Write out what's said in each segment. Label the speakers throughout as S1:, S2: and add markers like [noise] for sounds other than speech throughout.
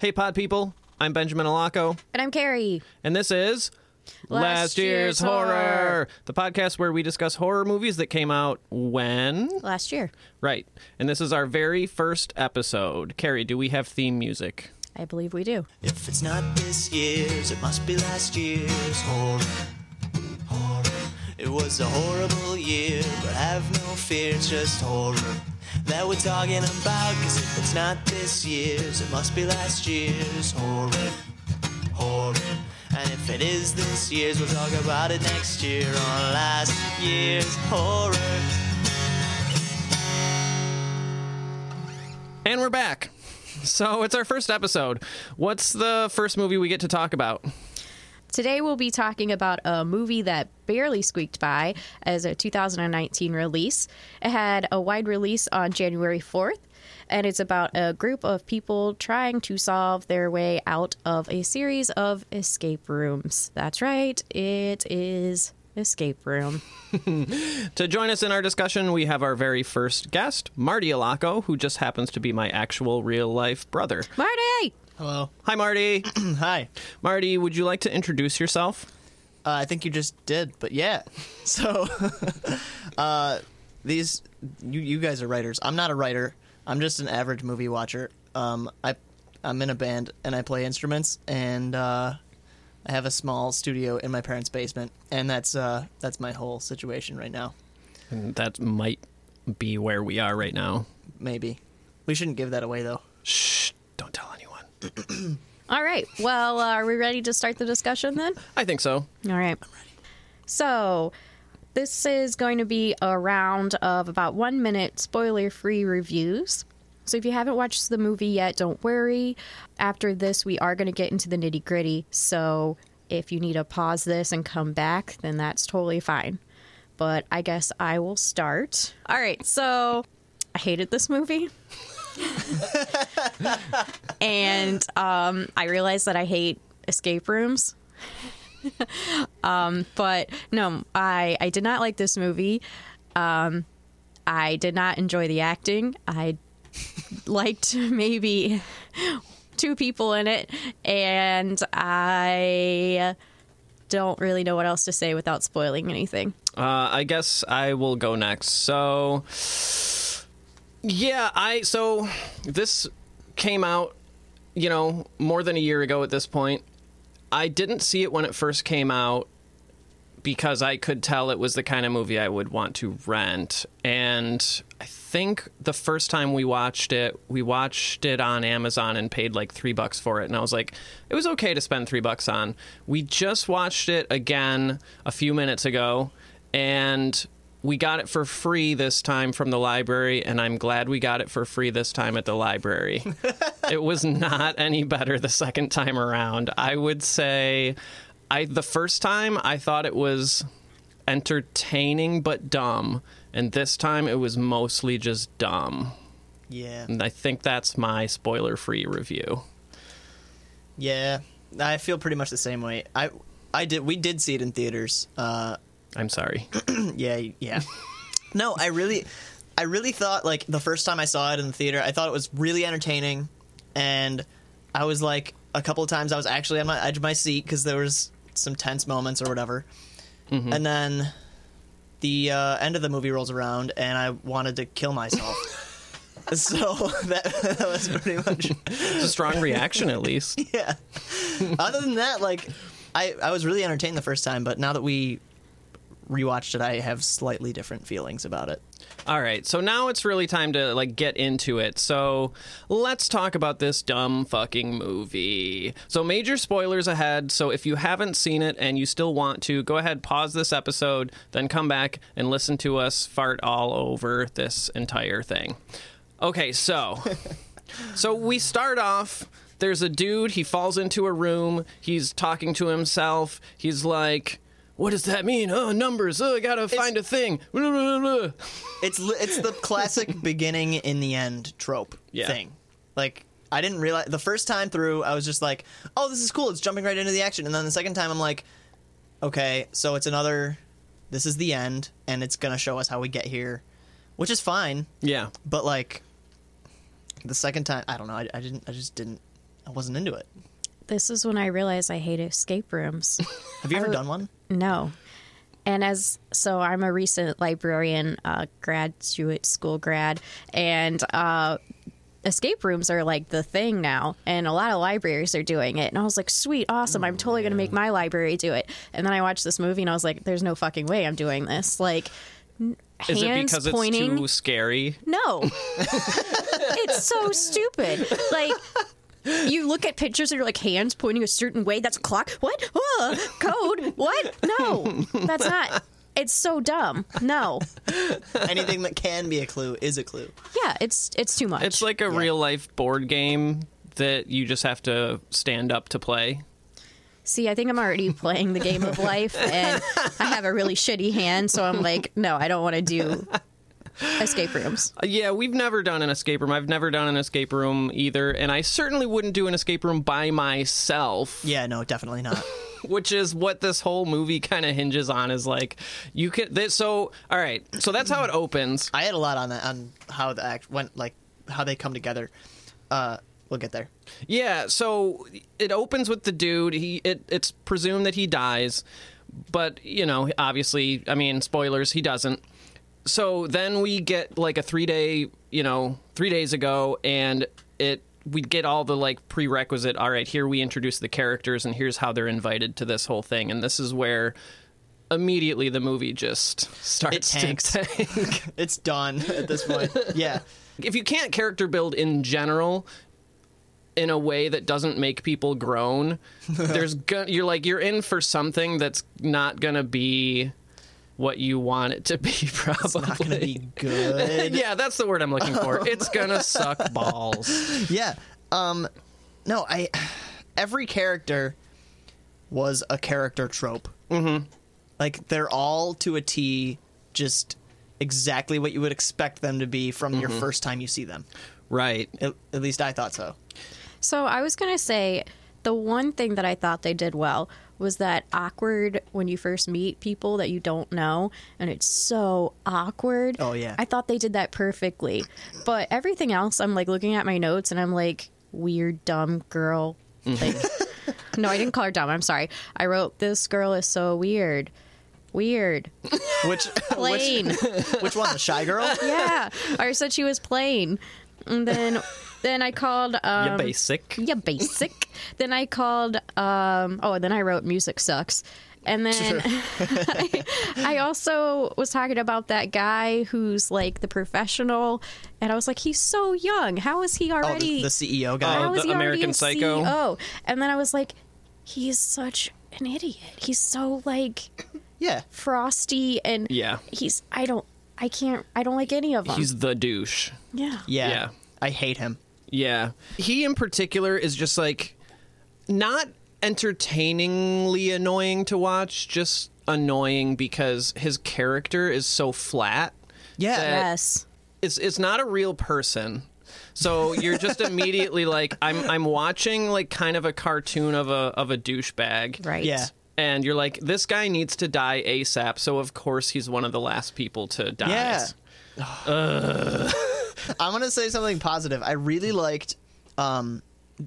S1: Hey, pod people. I'm Benjamin Alaco,
S2: And I'm Carrie.
S1: and this is
S2: Last Year's Horror.
S1: the podcast where we discuss horror movies that came out when.
S2: Last year,
S1: Right. And this is our very first episode. Carrie, do we have theme music?
S2: I believe we do.
S3: If it's not this year's, it must be last year's horror. Horror. It was a horrible year, but have no fear, it's just horror that we're talking about. Cause if it's not this year's, it must be last year's horror. Horror. And if it is this year's, we'll talk about it next year on last year's horror.
S1: And we're back. [laughs] So it's our first episode. What's the first movie we get to talk about?
S2: Today, we'll be talking about a movie that barely squeaked by as a 2019 release. It had a wide release on January 4th, and it's about a group of people trying to solve their way out of a series of escape rooms. That's right, it is Escape Room.
S1: To join us in our discussion, we have our very first guest, Marty Alaco, who just happens to be my actual real life brother.
S2: Marty!
S3: Hello.
S1: Hi, Marty. [clears throat]
S3: Hi.
S1: Marty, would you like to introduce yourself?
S3: Uh, I think you just did, but yeah. [laughs] So, uh, these you you guys are writers. I'm not a writer. I'm just an average movie watcher. Um, I I'm in a band and I play instruments and uh, I have a small studio in my parents' basement and that's uh that's my whole situation right now.
S1: That might be where we are right now.
S3: Maybe we shouldn't give that away though.
S1: Shh, don't tell anyone.
S2: All right, well, uh, are we ready to start the discussion then?
S1: I think so.
S2: All right. So, this is going to be a round of about one minute spoiler free reviews. So, if you haven't watched the movie yet, don't worry. After this, we are going to get into the nitty gritty. So, if you need to pause this and come back, then that's totally fine. But I guess I will start. All right. So, I hated this movie. [laughs] and um, I realized that I hate escape rooms but no, I I did not like this movie. Um, I did not enjoy the acting. I [laughs] liked maybe two people in it, and I don't really know what else to say without spoiling anything.
S1: Uh, I guess I will go next. So, yeah, I so this came out, you know, more than a year ago at this point. I didn't see it when it first came out because I could tell it was the kind of movie I would want to rent. And I think the first time we watched it, we watched it on Amazon and paid like three bucks for it. And I was like, it was okay to spend three bucks on. We just watched it again a few minutes ago and we got it for free this time from the library. And I'm glad we got it for free this time at the library. [laughs] it was not any better the second time around. I would say I the first time I thought it was entertaining but dumb, and this time it was mostly just dumb.
S3: Yeah.
S1: And I think that's my spoiler-free review.
S3: Yeah. I feel pretty much the same way. I I did we did see it in theaters. Uh
S1: I'm sorry.
S3: [clears throat] Yeah, y- yeah. no, I really, I really thought like the first time I saw it in the theater, I thought it was really entertaining, and I was like a couple of times I was actually on my edge of my seat because there was some tense moments or whatever, and then the uh, end of the movie rolls around and I wanted to kill myself. so [laughs] that, that was pretty much
S1: It's a strong reaction at least.
S3: yeah. [laughs] Other than that, like I I was really entertained the first time, but now that we rewatched it, I have slightly different feelings about it.
S1: All right. So now it's really time to like get into it. So let's talk about this dumb fucking movie. So major spoilers ahead. So if you haven't seen it and you still want to, go ahead pause this episode, then come back and listen to us fart all over this entire thing. Okay, so so we start off there's a dude, he falls into a room, he's talking to himself. He's like what does that mean? Oh, numbers. Oh, I gotta find a thing. Blah, blah, blah, blah.
S3: It's li- it's the classic beginning in the end trope
S1: Yeah.
S3: thing. Like I didn't realize the first time through, I was just like, "Oh, this is cool. It's jumping right into the action." And then the second time, I'm like, "Okay, so it's another. This is the end, and it's gonna show us how we get here, which is fine.
S1: Yeah.
S3: But like, the second time, I don't know. I, I didn't. I just didn't. I wasn't into it.
S2: This is when I realized I hate escape rooms. [laughs]
S3: Have you ever done one?
S2: No. And as so, I'm a recent librarian, uh, graduate school grad, and uh, escape rooms are like the thing now. And a lot of libraries are doing it. And I was like, sweet, awesome. I'm totally going to
S1: Oh,
S2: make my library do it. And then I watched this movie and I was like, there's no fucking way I'm doing this. Like, n-
S1: Is it
S2: hands
S1: because
S2: pointing.
S1: it's too scary?
S2: No. it's so stupid. Like you look at pictures and you're like hands pointing a certain way. That's a clock. What? Uh, code. What? No. That's not. It's so dumb. No.
S3: [laughs] Anything that can be a clue is a clue.
S2: Yeah, it's it's too much.
S1: It's like a real life board game that you just have to stand up to play.
S2: See, I think I'm already playing the game of life and I have a really shitty hand, so I'm like, no, I don't want to do escape rooms.
S1: Uh, Yeah, we've never done an escape room. I've never done an escape room either, and I certainly wouldn't do an escape room by myself. [laughs]
S3: Yeah, no, definitely not.
S1: which is what this whole movie kind of hinges on is like you could th- so all right so that's how it opens
S3: [laughs] I had a lot on that on how the act went, like how they come together. Uh, we'll get there. [laughs]
S1: yeah so it opens with the dude he it, it's presumed that he dies but you know obviously i mean spoilers he doesn't so then we get like a three day you know three days ago and it we get all the like prerequisite all right here we introduce the characters and here's how they're invited to this whole thing and this is where immediately the movie just starts to
S3: tanks.
S1: tank. [laughs]
S3: It's done [laughs] at this point. Yeah,
S1: if you can't character build in general in a way that doesn't make people
S3: [laughs]
S1: groan there's go- you're like you're in for something that's not gonna be what you want it to be [laughs] probably
S3: not gonna be
S1: [laughs]
S3: good. [laughs]
S1: yeah that's the word i'm looking for it's gonna suck balls
S3: Yeah. Um no, I [sighs] every character was a character trope. Mm-hmm. Like they're all to a T just exactly what you would expect them to be from your first time you see them.
S1: right
S3: At, at least I thought so.
S2: So I was gonna say the one thing that I thought they did well was that awkward when you first meet people that you don't know and it's so awkward.
S3: Oh, yeah.
S2: I thought they did that perfectly. But everything else I'm like looking at my notes and I'm like, weird dumb girl.
S3: [laughs]
S2: Like No, I didn't call her dumb, I'm sorry. I wrote this girl is so weird.
S3: [laughs]
S2: Weird.
S3: Which which,
S2: Plain.
S3: which one? The
S2: [laughs]
S3: shy girl? Oh,
S2: yeah. I said she was plain. And then then I
S3: [laughs]
S2: called um
S1: you basic
S2: yeah, basic. then I called. Um, oh, and then I wrote music sucks. And then [laughs] I, I also was talking about that guy who's like the professional, and I was like, he's so young. How is he
S3: Oh, the,
S2: already?
S3: the CEO guy.
S2: how
S1: Oh,
S2: is
S1: the
S2: he
S1: American
S2: already
S1: Psycho.
S2: Oh, and then I was like, he's such an idiot. He's so like
S3: yeah.
S2: frosty, and
S1: Yeah.
S2: he's. I don't. I can't. I don't like any of them.
S1: he's the douche
S2: yeah.
S3: Yeah.
S1: Yeah.
S3: I hate him.
S1: Yeah. He in particular is just like not entertainingly annoying to watch, just annoying because his character is so flat.
S3: Yeah.
S1: that
S2: Yes.
S1: It's it's not a real person. So you're just immediately like I'm I'm watching like kind of a cartoon of a of a douchebag.
S2: Right.
S3: Yeah.
S1: And you're like this guy needs to die ASAP, so of course he's one of the last people to die.
S3: Yeah. [sighs] I'm gonna say something positive. I really liked um,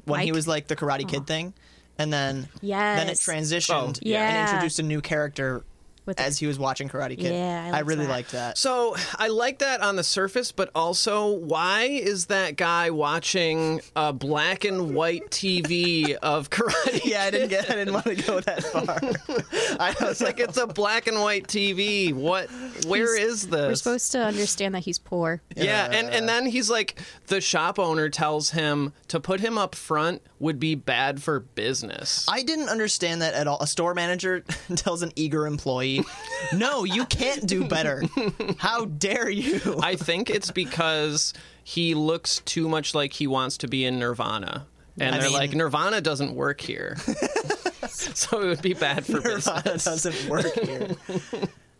S3: when he
S2: Mike?
S3: was like the Karate Kid thing, and then then it
S2: Yes.
S3: transitioned
S1: Oh,
S2: yeah.
S3: and
S2: Yeah.
S3: introduced a new character
S2: With
S3: as he was watching Karate Kid.
S2: Yeah, I liked
S3: really
S2: that.
S1: [laughs]
S3: liked that.
S1: So I like that on the surface, but also, why is that guy watching a black and white TV of karate? [laughs]
S3: Yeah, I didn't get. I didn't want to go that far. [laughs] I was
S1: It's like it's a black and white TV. What? Where is this?
S2: We're supposed to understand that he's poor.
S1: yeah, and and then he's like, the shop owner tells him to put him up front would be bad for business.
S3: I didn't understand that at all. A store manager [laughs] tells an eager employee, "No, you can't do better. How dare you?"
S1: [laughs] [laughs] I think it's because he looks too much like he wants to be in Nirvana. And
S3: I
S1: they're
S3: mean-
S1: like, Nirvana doesn't work here. [laughs] so it would be bad
S3: [laughs]
S1: for business.
S3: Nirvana doesn't work here.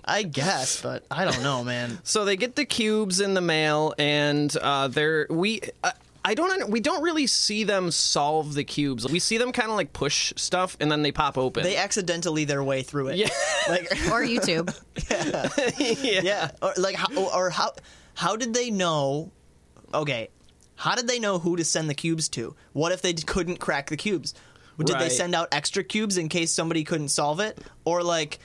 S3: I guess, but I don't know, man.
S1: So they get the cubes in the mail, and uh, they're we. Uh, I don't. under- We don't really see them solve the cubes. We see them kind of like push stuff, and then they pop open.
S3: They accidentally their way through
S1: [laughs]
S3: it.
S1: Yeah.
S3: Like
S2: [laughs] Or YouTube.
S3: yeah. Or like how or how how did they know okay, How did they know who to send the cubes to? What if they d- couldn't crack the cubes? Did they
S1: Right.
S3: send out extra cubes in case somebody couldn't solve it? Or like,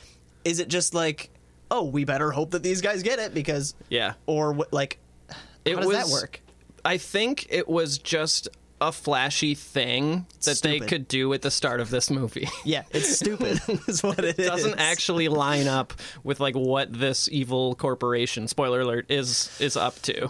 S3: is it just like, oh, we better hope that these guys get it because
S1: Yeah.
S3: Or wh- like, how
S1: It
S3: does that work?
S1: I think it was just a flashy thing that they
S3: Stupid.
S1: could do at the start of this movie. [laughs]
S3: Yeah, it's stupid. [laughs] is what it is.
S1: doesn't actually line up with like what this evil corporation spoiler alert is is up
S3: [sighs]
S1: to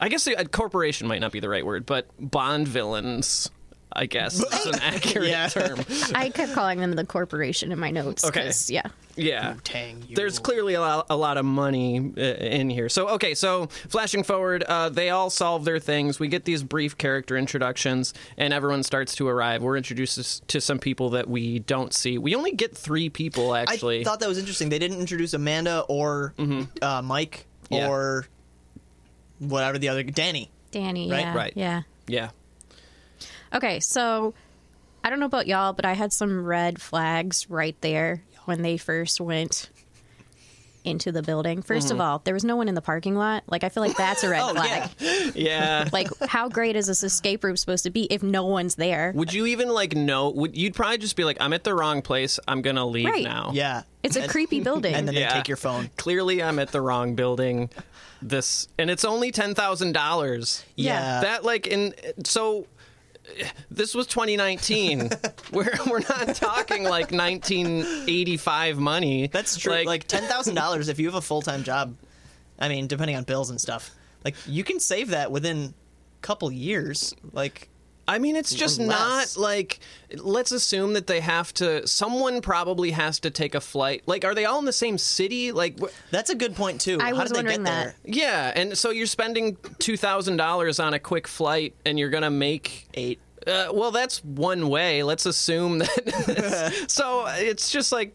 S1: i guess the, uh, corporation might not be the right word but bond villains i guess is
S3: [laughs]
S1: an accurate
S3: Yeah.
S1: term
S2: I kept calling them the corporation in my notes.
S1: Okay.
S2: 'cause, Yeah.
S1: yeah
S3: Tang. You.
S1: there's clearly a lot, a lot of money uh, in here. So okay, so flashing forward, uh, they all solve their things. We get these brief character introductions, and everyone starts to arrive. We're introduced to s- to some people that we don't see. We only get three people
S3: I
S1: actually. Mm-hmm.
S3: thought that was interesting. They didn't introduce Amanda or uh, Mike
S1: Yeah.
S3: or whatever the other Danny.
S2: Danny.
S3: Right,
S2: yeah.
S1: right.
S2: Yeah.
S1: yeah,
S2: Okay, so I don't know about y'all, but I had some red flags right there when they first went into the building. 1st of all, there was no one in the parking lot. Like I feel like that's a red
S3: Mm-hmm. [laughs] Oh
S2: flag.
S3: yeah, [laughs]
S1: yeah.
S2: Like how great is this escape room supposed to be if no one's there?
S1: Would you even like know? Would you'd probably just be like, I'm at the wrong place. I'm gonna leave
S2: Right.
S1: now.
S3: yeah.
S2: It's a
S3: And- [laughs]
S2: creepy building.
S3: And then
S1: Yeah.
S3: they take your phone.
S1: Clearly, I'm at the wrong building. This and it's only ten thousand dollars.
S3: Yeah.
S1: That like in so. eh, This was
S3: [laughs]
S1: 2019. we're we're not talking like 1985 money.
S3: That's true. Like, ten thousand dollars if you have a full time job. I mean, depending on bills and stuff, like you can save that within a couple years. Like
S1: I mean, it's just
S3: less.
S1: not like. Let's assume that they have to. Someone probably has to take a flight. Like, are they all in the same city? Like, wh-
S3: that's a good point too.
S2: I
S3: How
S2: was
S3: did they
S2: wondering
S3: get
S2: that.
S3: there?
S1: Yeah, and so you're spending two thousand dollars on a quick flight, and you're gonna make
S3: [laughs] Eight.
S1: Uh, well, that's one way. Let's assume that. so it's just like,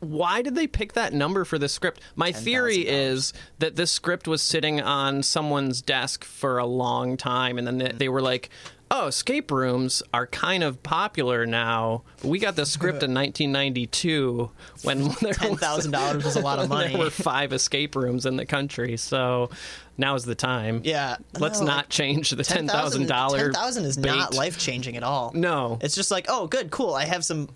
S1: why did they pick that number for the script? My theory is that this script was sitting on someone's desk for a long time, and then they, they were like. Oh, escape rooms are kind of popular now. but We got the script in 1992 when there
S3: Ten
S1: was
S3: thousand dollars was a lot of money.
S1: there were five escape rooms in the country, so now's the time.
S3: yeah.
S1: Let's
S3: No,
S1: not change the ten thousand dollar.
S3: [laughs] Ten thousand is not life changing at all.
S1: No.
S3: It's just like, oh, good, cool. I have some,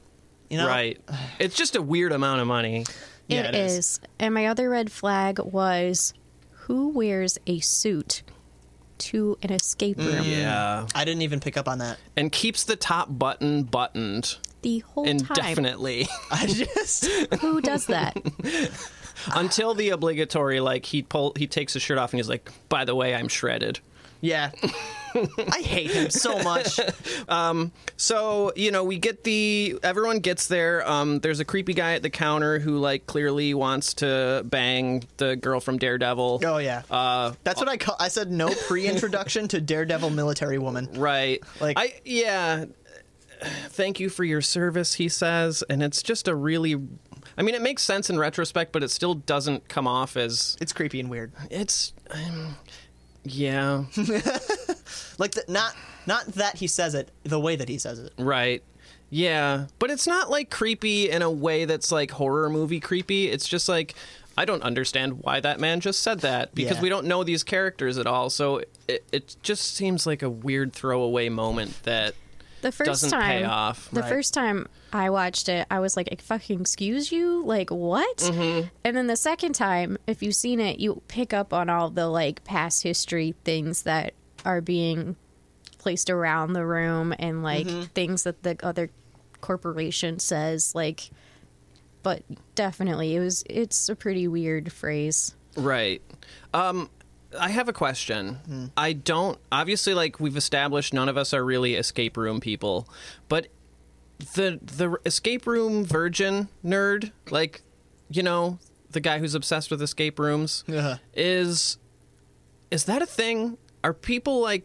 S3: you know,
S1: Right. It's just a weird amount of money.
S3: Yeah,
S2: it
S3: it is.
S2: is. And my other red flag was who wears a suit to an escape room
S3: Mm.
S1: Yeah.
S3: I didn't even pick up on that.
S1: And keeps the top button buttoned
S2: the whole time?
S3: [laughs]
S1: indefinitely
S3: [laughs] I just
S2: Who
S1: [laughs]
S2: does that?
S1: until the obligatory like he pull he takes his shirt off and he's like, "By the way, I'm shredded."
S3: [laughs] yeah. I hate him so much.
S1: So you know, we get the everyone gets there. Um, there's a creepy guy at the counter who like clearly wants to bang the girl from Daredevil.
S3: Oh yeah. Uh, That's what I call. I said no pre-introduction to Daredevil military woman.
S1: Right.
S3: Like-
S1: I yeah. Thank you for your service, he says, and it's just a really I mean, it makes sense in retrospect, but it still doesn't come off as
S3: It's creepy and weird.
S1: it's um,
S3: [laughs]
S1: yeah,
S3: Like the, not not that he says it, the way that he says it. [laughs]
S1: right. Yeah, but it's not like creepy in a way that's like horror movie creepy. It's just like I don't understand why that man just said that because
S3: Yeah.
S1: we don't know these characters at all. So it, it just seems like a weird throwaway moment that
S2: The 1st
S1: doesn't
S2: time,
S1: pay off.
S2: The first time I watched it, I was like, "Fucking excuse you, like what?"
S1: Mm-hmm.
S2: And then the second time, if you've seen it, you pick up on all the like past history things that are being placed around the room and like
S1: Mm-hmm.
S2: things that the other corporation says, like. But definitely, it was. It's a pretty weird phrase.
S1: Right. Um, I have a question.
S3: Hmm.
S1: I don't obviously like we've established none of us are really escape room people, but the the escape room virgin nerd, like you know, the guy who's obsessed with escape rooms,
S3: Uh-huh.
S1: is is that a thing? Are people
S3: [laughs]
S1: like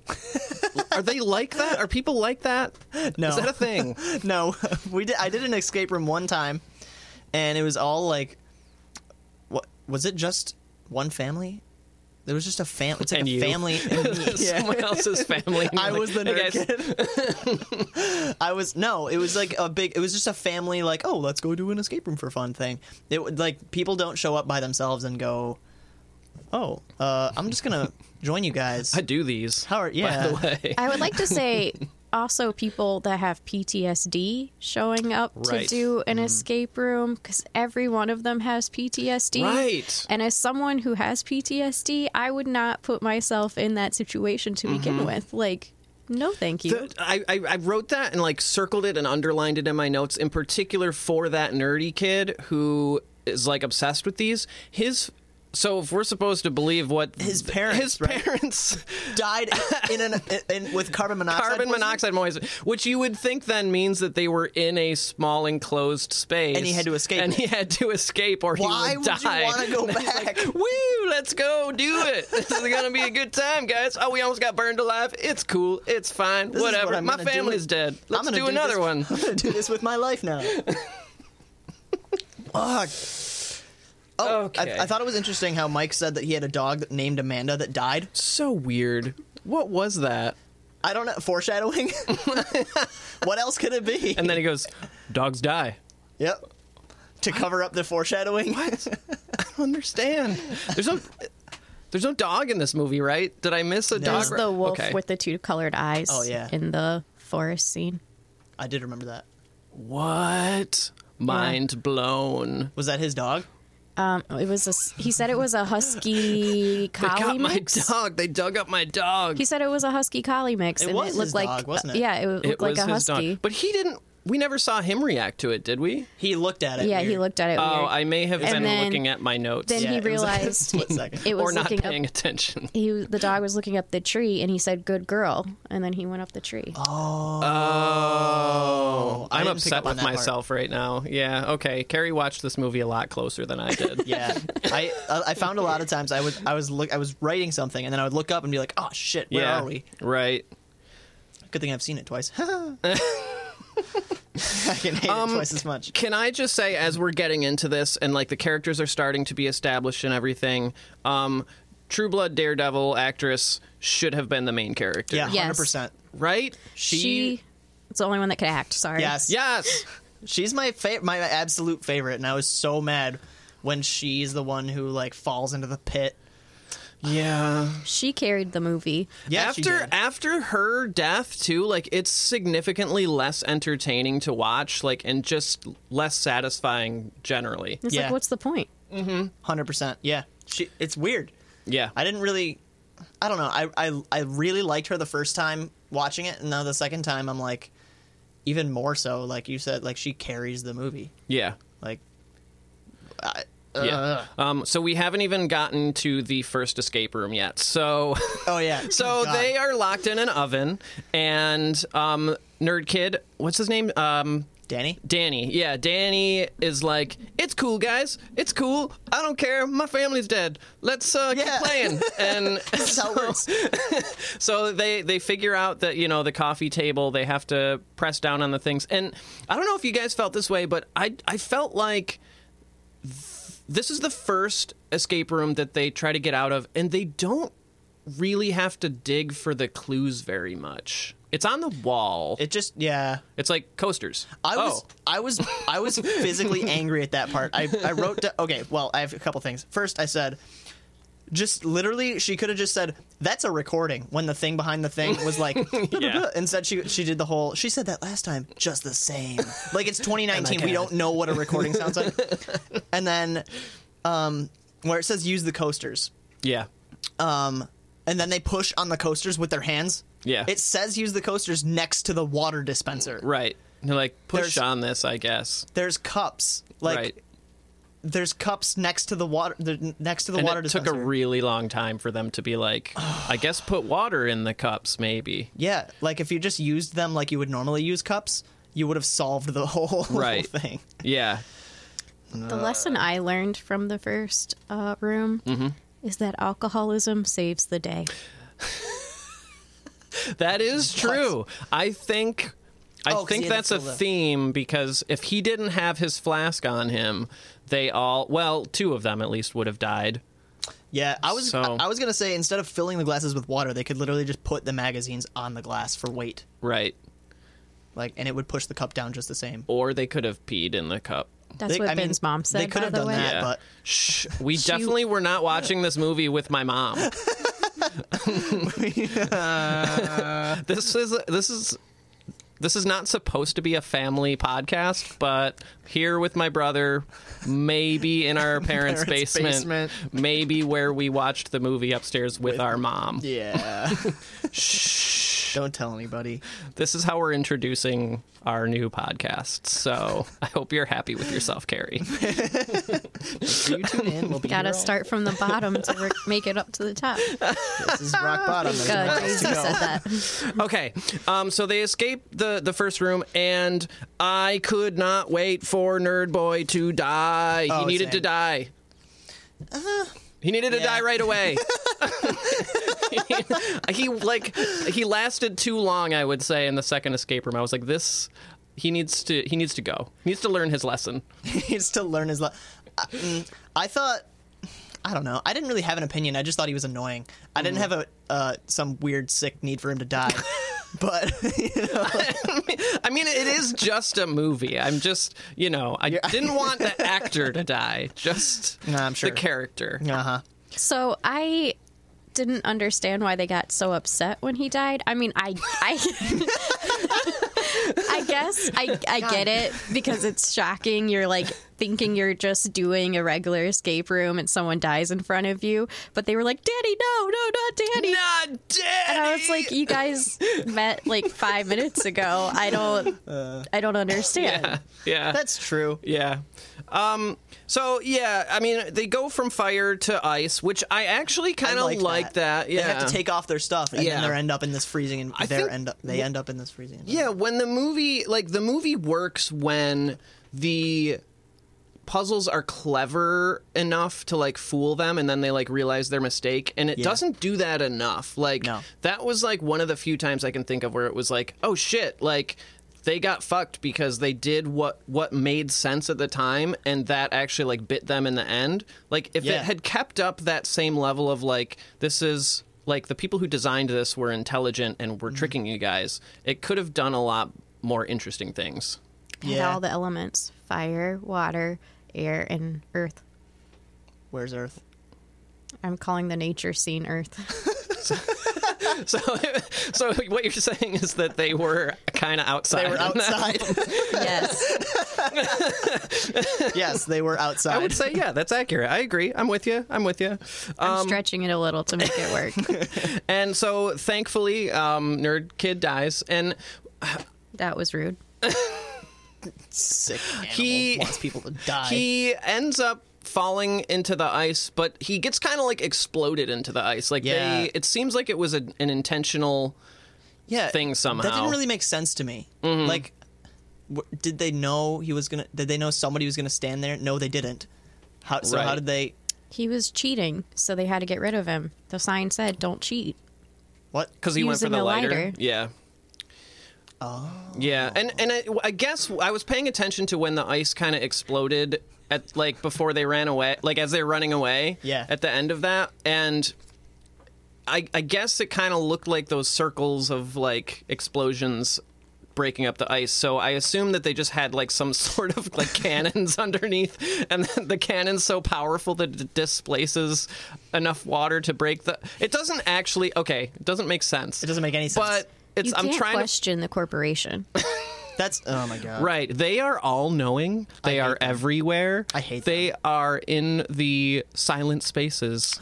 S1: are they like that? Are people like that?
S3: No.
S1: Is that a
S3: [laughs]
S1: thing?
S3: No, we did. I did an escape room one time, and it was all like, what was it? Just one family? There was just a family. It's like
S1: And
S3: a
S1: you. [laughs]
S3: family. And me.
S1: Someone else's family. and
S3: I
S1: you're
S3: was the
S1: like, "Hey,
S3: nerd
S1: guys,
S3: kid. I was no. It was like a big. It was just a family. Like, oh, let's go do an escape room for fun thing. It would like people don't show up by themselves and go, oh, uh, I'm just gonna join you guys.
S1: I do these.
S3: How are- yeah.
S1: By the way.
S2: I would like
S1: [laughs]
S2: to say also people that have PTSD showing up
S1: Right. Mm.
S2: to do an escape room because every one of them has PTSD.
S1: Right.
S2: And as someone who has PTSD, I would not put myself in that situation to begin with. Like, no, thank you.
S1: Mm-hmm. The- I, I, I wrote that and like circled it and underlined it in my notes in particular for that nerdy kid who is like obsessed with these his so if we're supposed to believe what
S3: His parents,
S1: his
S3: right?
S1: parents
S3: [laughs] [laughs] Died in an in, with carbon monoxide.
S1: carbon
S3: poisoning?
S1: monoxide moistening, which you would think then means that they were in a small enclosed space,
S3: And he had to escape
S1: and
S3: it.
S1: he had to escape, or
S3: Why
S1: he
S3: would
S1: would
S3: you
S1: die.
S3: wanna go
S1: And he's like,
S3: back?
S1: [laughs] Woo! Let's go do it. This is gonna be a good time, guys. Oh, we almost got burned alive. It's cool. It's fine.
S3: This is
S1: Whatever.
S3: what I'm
S1: My
S3: gonna do.
S1: family's dead.
S3: I'm
S1: Let's
S3: gonna
S1: do another
S3: this-
S1: one.
S3: I'm gonna do this with my
S1: [laughs]
S3: life now. Fuck. Oh,
S1: Okay.
S3: I, I thought it was interesting how Mike said that he had a dog named Amanda that died.
S1: So weird. What was that?
S3: I don't
S1: [laughs]
S3: know. Foreshadowing. what else could it be?
S1: And then he goes, "Dogs die."
S3: yep. To cover up the foreshadowing.
S1: What? I don't understand. There's no. There's no dog in this movie, right? Did I miss a
S2: There's
S1: dog?
S2: the wolf
S1: Okay.
S2: with the two colored eyes
S3: Oh, yeah.
S2: in the forest scene.
S3: I did remember that.
S1: What? Mind blown.
S3: Was that his dog?
S2: Um, it was a, s- he said it was a
S1: [gasps]
S2: husky
S1: They
S2: collie
S1: got my
S2: mix.
S1: dog. They dug up my dog.
S2: He said it was a husky collie mix,
S3: It
S2: and
S3: was
S2: it looked
S3: his
S2: like
S3: dog, wasn't it?
S2: yeah, it looked
S1: it
S2: like
S1: was
S2: a
S1: his
S2: husky.
S1: dog. But he didn't. We never saw him react to it, did we?
S3: He looked at it.
S2: yeah, he
S3: weird.
S2: looked at it.
S1: Oh,
S2: weird.
S1: I may have
S2: And
S1: been
S2: then-
S1: looking at my notes
S2: then
S3: Yeah,
S2: he
S3: it was like a
S2: realized
S3: split second.
S2: it was
S1: or
S3: [laughs]
S1: not
S2: looking up.
S1: paying attention.
S2: He was- the dog was looking up the tree, and he said, "Good girl," and then he went up the tree.
S1: Oh,
S3: I
S1: I'm
S3: didn't pick
S1: upset
S3: up on
S1: with
S3: that part.
S1: myself right now. Yeah. Okay. Carrie watched this movie a lot closer than I did.
S3: [laughs] Yeah, I I found a lot of times I was I was look I was writing something and then I would look up and be like, oh shit, where
S1: Yeah.
S3: are we?
S1: Right.
S3: Good thing I've seen it twice. [laughs] I can hate
S1: Um,
S3: it twice as much.
S1: Can I just say, as we're getting into this and like the characters are starting to be established and everything, um, True Blood Daredevil actress should have been the main character.
S3: Yeah,
S2: Yes.
S3: hundred percent.
S1: Right?
S2: she, it's the only one that could act. Sorry.
S3: Yes. [gasps]
S1: Yes.
S3: She's my fa- my absolute favorite, and I was so mad when she's the one who like falls into the pit.
S1: Yeah.
S2: [laughs] she carried the movie.
S3: Yeah, she
S1: after
S3: did.
S1: after her death too, like it's significantly less entertaining to watch, like and just less satisfying generally.
S2: It's
S3: Yeah.
S2: like, what's the point?
S3: Hundred percent. Yeah, she. It's weird.
S1: Yeah.
S3: I didn't really. I don't know. I, I I really liked her the first time watching it, and now the second time I'm like, even more so. Like you said, like she carries the movie.
S1: yeah.
S3: Like,
S1: Yeah. Um, so we haven't even gotten to the first escape room yet.
S3: [laughs]
S1: So
S3: oh yeah.
S1: [laughs] So
S3: God.
S1: they are locked in an oven, and um, Nerd Kid, what's his name? Um, [laughs]
S3: Danny.
S1: Danny. Yeah, Danny is like, it's cool, guys. It's cool. I don't care. My family's dead. Let's uh,
S3: Yeah.
S1: keep
S3: [laughs]
S1: playing. And
S3: This is how it works.
S1: so they they figure out that you know the coffee table. They have to press down on the things. And I don't know if you guys felt this way, but I I felt like. th- This is the first escape room that they try to get out of, and they don't really have to dig for the clues very much. It's on the wall.
S3: It just yeah.
S1: It's like coasters.
S3: I was
S1: Oh.
S3: I was I was physically
S1: [laughs]
S3: angry at that part. I I wrote da- okay. Well, I have a couple things. First, I said. Just literally, she could have just said, "That's a recording." When the thing behind the thing was like,
S1: [laughs] Yeah.
S3: [laughs] and said she she did the whole. She said that last time, just the same. Like it's 2019,
S1: God.
S3: we don't know what a recording
S1: [laughs]
S3: sounds like. and then, um, where it says use the coasters, um,
S1: Yeah.
S3: and then they push on the coasters with their hands.
S1: Yeah.
S3: it says use the coasters next to the water dispenser.
S1: Right. And they're like, push
S3: There's-
S1: on this, I guess.
S3: There's cups, like
S1: right.
S3: there's cups next to the water the, next to the
S1: And
S3: water
S1: it took a
S3: dispenser.
S1: really long time for them to be like, I guess put water in the cups, maybe.
S3: yeah, like if you just used them like you would normally use cups, you would have solved the [laughs] whole
S1: Right.
S3: thing.
S1: Yeah.
S3: Uh,
S2: The lesson I learned from the first uh, room
S3: Mm-hmm.
S2: is that alcoholism saves the day.
S1: That is true. I think. I
S3: Oh, 'cause
S1: think
S3: he had
S1: that's
S3: to
S1: a
S3: fill the-
S1: theme because if he didn't have his flask on him, they all, well, two of them at least would have died.
S3: Yeah, I was
S1: So-
S3: I, I was gonna say instead of filling the glasses with water, they could literally just put the magazines on the glass for weight,
S1: Right.
S3: like, and it would push the cup down just the same.
S1: Or they could have peed in the cup.
S2: That's
S3: They-
S2: what
S3: I mean,
S2: Ben's mom said.
S3: they could
S2: by
S3: have
S2: the
S3: done
S2: way.
S3: that.
S1: Yeah.
S3: but-
S1: Shh. We definitely were not watching this movie with my mom. [laughs] This is this is this is not supposed to be a family podcast, but here with my brother, maybe in our parents',
S3: Parents'
S1: basement,
S3: basement.
S1: maybe where we watched the movie upstairs with, our mom.
S3: Yeah.
S1: [laughs]
S3: Shh. Don't tell anybody.
S1: This is how we're introducing our new podcast. So I hope you're happy with yourself, Carrie.
S3: You tune in. We'll be
S2: Gotta
S3: here all-
S2: start from the bottom to work, make it up to the
S3: [laughs]
S2: top.
S3: This is rock
S2: [laughs]
S3: bottom. There's nowhere
S2: God,
S3: else
S2: Daisy
S3: to go.
S2: said that.
S1: Okay, um, so they escape the the first room, and I could not wait for Nerd Boy to die.
S3: Oh,
S1: he needed to
S3: same. Uh-huh.
S1: die. he needed to
S3: yeah.
S1: die right
S3: [laughs]
S1: away. [laughs] he like he lasted too long, I would say, in the second escape room. I was like, this. He needs to. He needs to go. He needs to learn his lesson. [laughs]
S3: [laughs] needs to learn his life. I, mm, I thought, I don't know. I didn't really have an opinion. I just thought he was annoying. I didn't
S1: Mm-hmm.
S3: have a uh, some weird sick need for him to die.
S1: [laughs]
S3: but [laughs] you know,
S1: I mean, it is just a movie. I'm just, you know, I didn't want the actor to die, just
S3: [laughs] No, I'm sure.
S1: the character.
S3: uh huh.
S2: So I didn't understand why they got so upset when he died. I mean, I [laughs] I I guess I I get it because it's shocking. You're like thinking you're just doing a regular escape room and someone dies in front of you, but they were like, "Daddy, no, no, not Daddy."
S1: Not dead.
S2: And I was like, "You guys met like 5 minutes ago. I don't I don't understand."
S1: [laughs] yeah.
S3: That's true.
S1: Yeah. Um, so yeah, I mean, they go from fire to ice, which I actually kind
S3: I
S1: of
S3: like,
S1: like, that. Yeah.
S3: They have to take off their stuff, and
S1: Yeah.
S3: then they end up in this freezing. And
S1: I
S3: they
S1: think-
S3: end up they end up in this freezing.
S1: Yeah, when the movie like the movie works when the puzzles are clever enough to like fool them and then they like realize their mistake and it
S3: Yeah.
S1: doesn't do that enough. Like
S3: No.
S1: that was like one of the few times I can think of where it was like, "Oh shit, like they got fucked because they did what what made sense at the time and that actually like bit them in the end." Like if
S3: Yeah.
S1: it had kept up that same level of like this is like the people who designed this were intelligent and
S3: Mm-hmm.
S1: were tricking you guys it could have done a lot more interesting things [laughs]
S2: Had
S3: Yeah.
S2: all the elements: fire, water, air, and earth.
S3: Where's Earth?
S2: I'm calling the nature scene Earth. [laughs]
S1: so so what you're saying is that they were kind of outside
S3: They were outside.
S2: yes.
S3: [laughs] yes, they were outside.
S1: i would say yeah that's accurate i agree i'm with you i'm with you
S2: [laughs] I'm
S1: Um,
S2: stretching it a little to make
S1: [laughs]
S2: it work.
S1: and so thankfully um, nerd kid dies and
S2: that was rude.
S3: Sick animal
S1: He-
S3: wants people to die.
S1: He ends up falling into the ice, but he gets kind of like exploded into the ice. Like
S3: Yeah.
S1: they, it seems like it was a, an intentional.
S3: yeah,
S1: thing
S3: That
S1: somehow. Mm-hmm.
S3: didn't really make sense to me. Like, w- did they know he was gonna? Did they know somebody was gonna stand there? No, they didn't. How, so
S1: Right.
S3: how did they?
S2: He was cheating, so they had to get rid of him. The sign said, "Don't cheat."
S3: What?
S1: Because he went for
S2: Using
S1: the
S2: the
S1: lighter.
S2: lighter.
S1: yeah. Oh. Yeah, and and I, I guess I was paying attention to when the ice kind of exploded at like before they ran away, like as they're running away.
S3: Yeah.
S1: At the end of that, and I I guess it kind of looked like those circles of like explosions breaking up the ice. So I assume that they just had like some [laughs] sort of like cannons [laughs] underneath, and then the cannon's so powerful that it displaces enough water to break the. It doesn't actually. Okay, it doesn't make sense.
S3: It doesn't make any sense.
S1: But it's
S2: You
S1: I'm
S2: can't
S1: trying to.
S2: question the corporation.
S3: That's oh my
S1: [laughs]
S3: god.
S1: Right, they are all knowing. They are everywhere.
S3: I hate
S1: They are in the silent spaces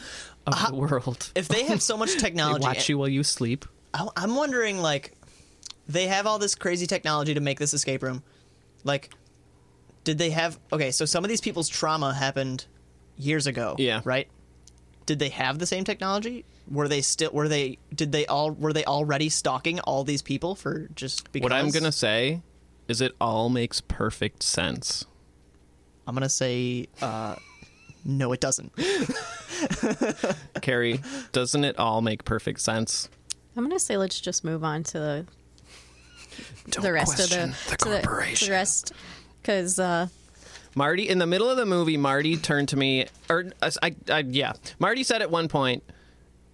S1: of the world.
S3: If they have so much
S1: They
S3: technology,
S1: watch you while you sleep.
S3: I- I'm wondering like, they have all this crazy technology to make this escape room. Like, did they have? Okay, so some of these people's trauma happened years ago.
S1: Yeah.
S3: Right. Did they have the same technology? Were they still? Were they? Did they all? Were they already stalking all these people for just because?
S1: What I'm gonna say is, it all makes perfect sense.
S3: I'm gonna say. Uh, no, it doesn't.
S1: [laughs] Carrie, doesn't it all make perfect sense?
S2: I'm gonna say let's just move on to the
S1: Don't
S2: the rest of the,
S1: question the
S2: to to
S1: corporation.
S2: the rest because uh,
S1: Marty, in the middle of the movie, Marty turned to me, or I, I, I- yeah, Marty said at one point,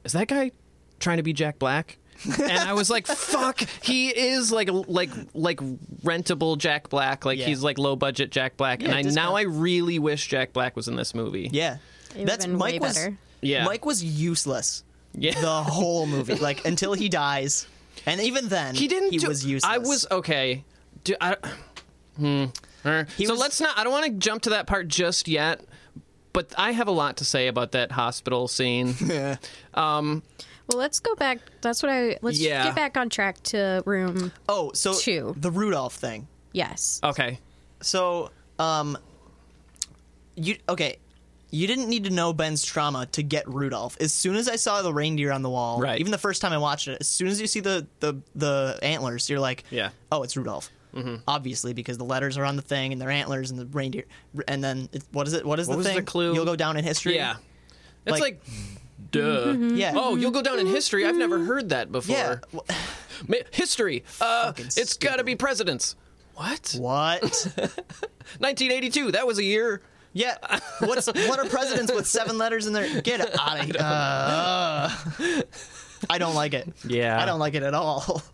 S1: "Is that guy trying to be Jack Black?" and I was
S3: [laughs]
S1: like, "Fuck, he is like like like rentable Jack Black. Like
S3: Yeah.
S1: he's like low budget Jack Black." and I
S3: discount.
S1: now I really wish Jack Black was in this movie.
S3: Yeah,
S2: would've been way
S3: was.
S2: better.
S1: Yeah.
S3: Mike was useless.
S1: Yeah.
S3: the whole movie, like until he dies, and even then
S1: He didn't.
S3: He
S1: do,
S3: was useless.
S1: I was okay. Do, I, hmm. Uh, so
S3: was-
S1: let's not. I don't want to jump to that part just yet. But I have a lot to say about that hospital
S3: [laughs]
S1: scene.
S2: Well, let's go back. That's what I. Let's
S1: Yeah.
S2: get back on track to room.
S3: Oh, so
S2: Two.
S3: the Rudolph thing.
S2: Yes.
S1: okay.
S3: So, um, you okay? You didn't need to know Ben's trauma to get Rudolph. As soon as I saw the reindeer on the wall,
S1: Right.
S3: Even the first time I watched it, as soon as you see the the the antlers, you're like,
S1: Yeah. Mm-hmm.
S3: oh, it's Rudolph. Obviously, because the letters are on the thing and their antlers and the reindeer, and then it, what is it? What is
S1: What
S3: the
S1: was the
S3: thing?
S1: clue?
S3: You'll go down in history.
S1: Yeah. It's like,
S3: Like-
S1: duh.
S3: Yeah.
S1: Oh, you'll go down in history. I've never heard that before.
S3: yeah. Wh-
S1: Ma- history. Uh,
S3: Fucking
S1: it's got to be presidents. What?
S3: [laughs] What?
S1: 1982. That was a year.
S3: yeah. [laughs] What's what are presidents with seven letters in
S1: [laughs]
S3: their? Get out of here. Uh, I don't like it.
S1: Yeah.
S3: I don't like it at all. [laughs]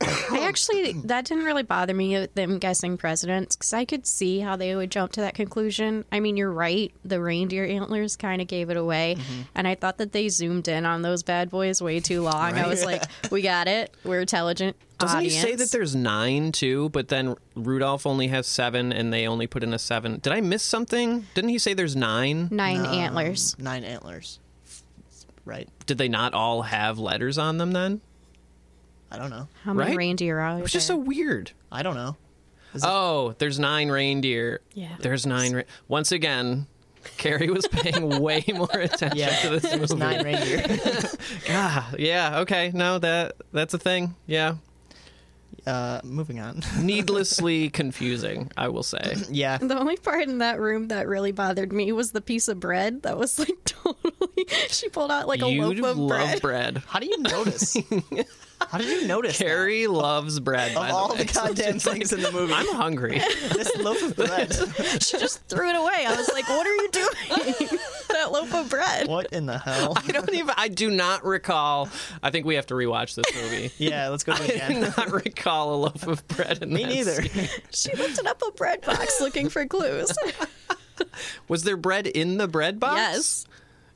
S1: Oh.
S2: I actually that didn't really bother me uh, them guessing presidents because I could see how they would jump to that conclusion. I mean, you're right. The reindeer antlers kind of gave it away,
S1: Mm-hmm.
S2: and I thought that they zoomed in on those bad boys way too long. I was like, we got it. We're intelligent.
S1: Doesn't
S2: audience.
S1: he say that there's nine too? But then Rudolph only has seven, and they only put in a seven. Did I miss something? Didn't he say there's nine?
S2: nine antlers?
S3: Nine antlers. Right.
S1: Did they not all have letters on them then?
S3: I don't know.
S2: How many
S1: right?
S2: reindeer are there?
S1: It's just so weird.
S3: I don't know.
S1: Oh, there's nine reindeer.
S2: Yeah.
S1: There's nine. Re- Once again, Carrie was paying way more [laughs] attention
S3: Yeah.
S1: to this [laughs] movie.
S3: Nine reindeer.
S1: Ah, yeah. Okay. No, that that's a thing. Yeah.
S3: [laughs] uh, moving on.
S1: Needlessly confusing, I will say.
S3: [laughs] yeah.
S2: [laughs] The only part in that room that really bothered me was the piece of bread that was like [laughs] totally. She pulled out like a
S1: you
S2: loaf of
S1: love bread.
S2: bread.
S3: [laughs] How do
S1: [laughs]
S3: you notice? How did you notice? that?
S1: Carrie loves bread.
S3: Of
S1: by
S3: all
S1: the way.
S3: the goddamn things in the movie,
S1: I'm
S3: [laughs]
S1: hungry.
S3: this
S1: [laughs]
S3: loaf of bread.
S2: [laughs] She just threw it away. I was like, "What are you doing? [laughs] that loaf of bread."
S3: What in the hell?
S1: I don't even. I do not recall. I think we have to rewatch this
S3: [laughs]
S1: movie.
S3: Yeah, let's go to it
S1: I do
S3: again.
S1: not recall a loaf of bread. In
S3: Me
S1: that
S3: neither.
S1: scene.
S2: She lifted up a bread box looking for
S3: [laughs]
S2: clues.
S1: Was there bread in the bread box?
S2: yes.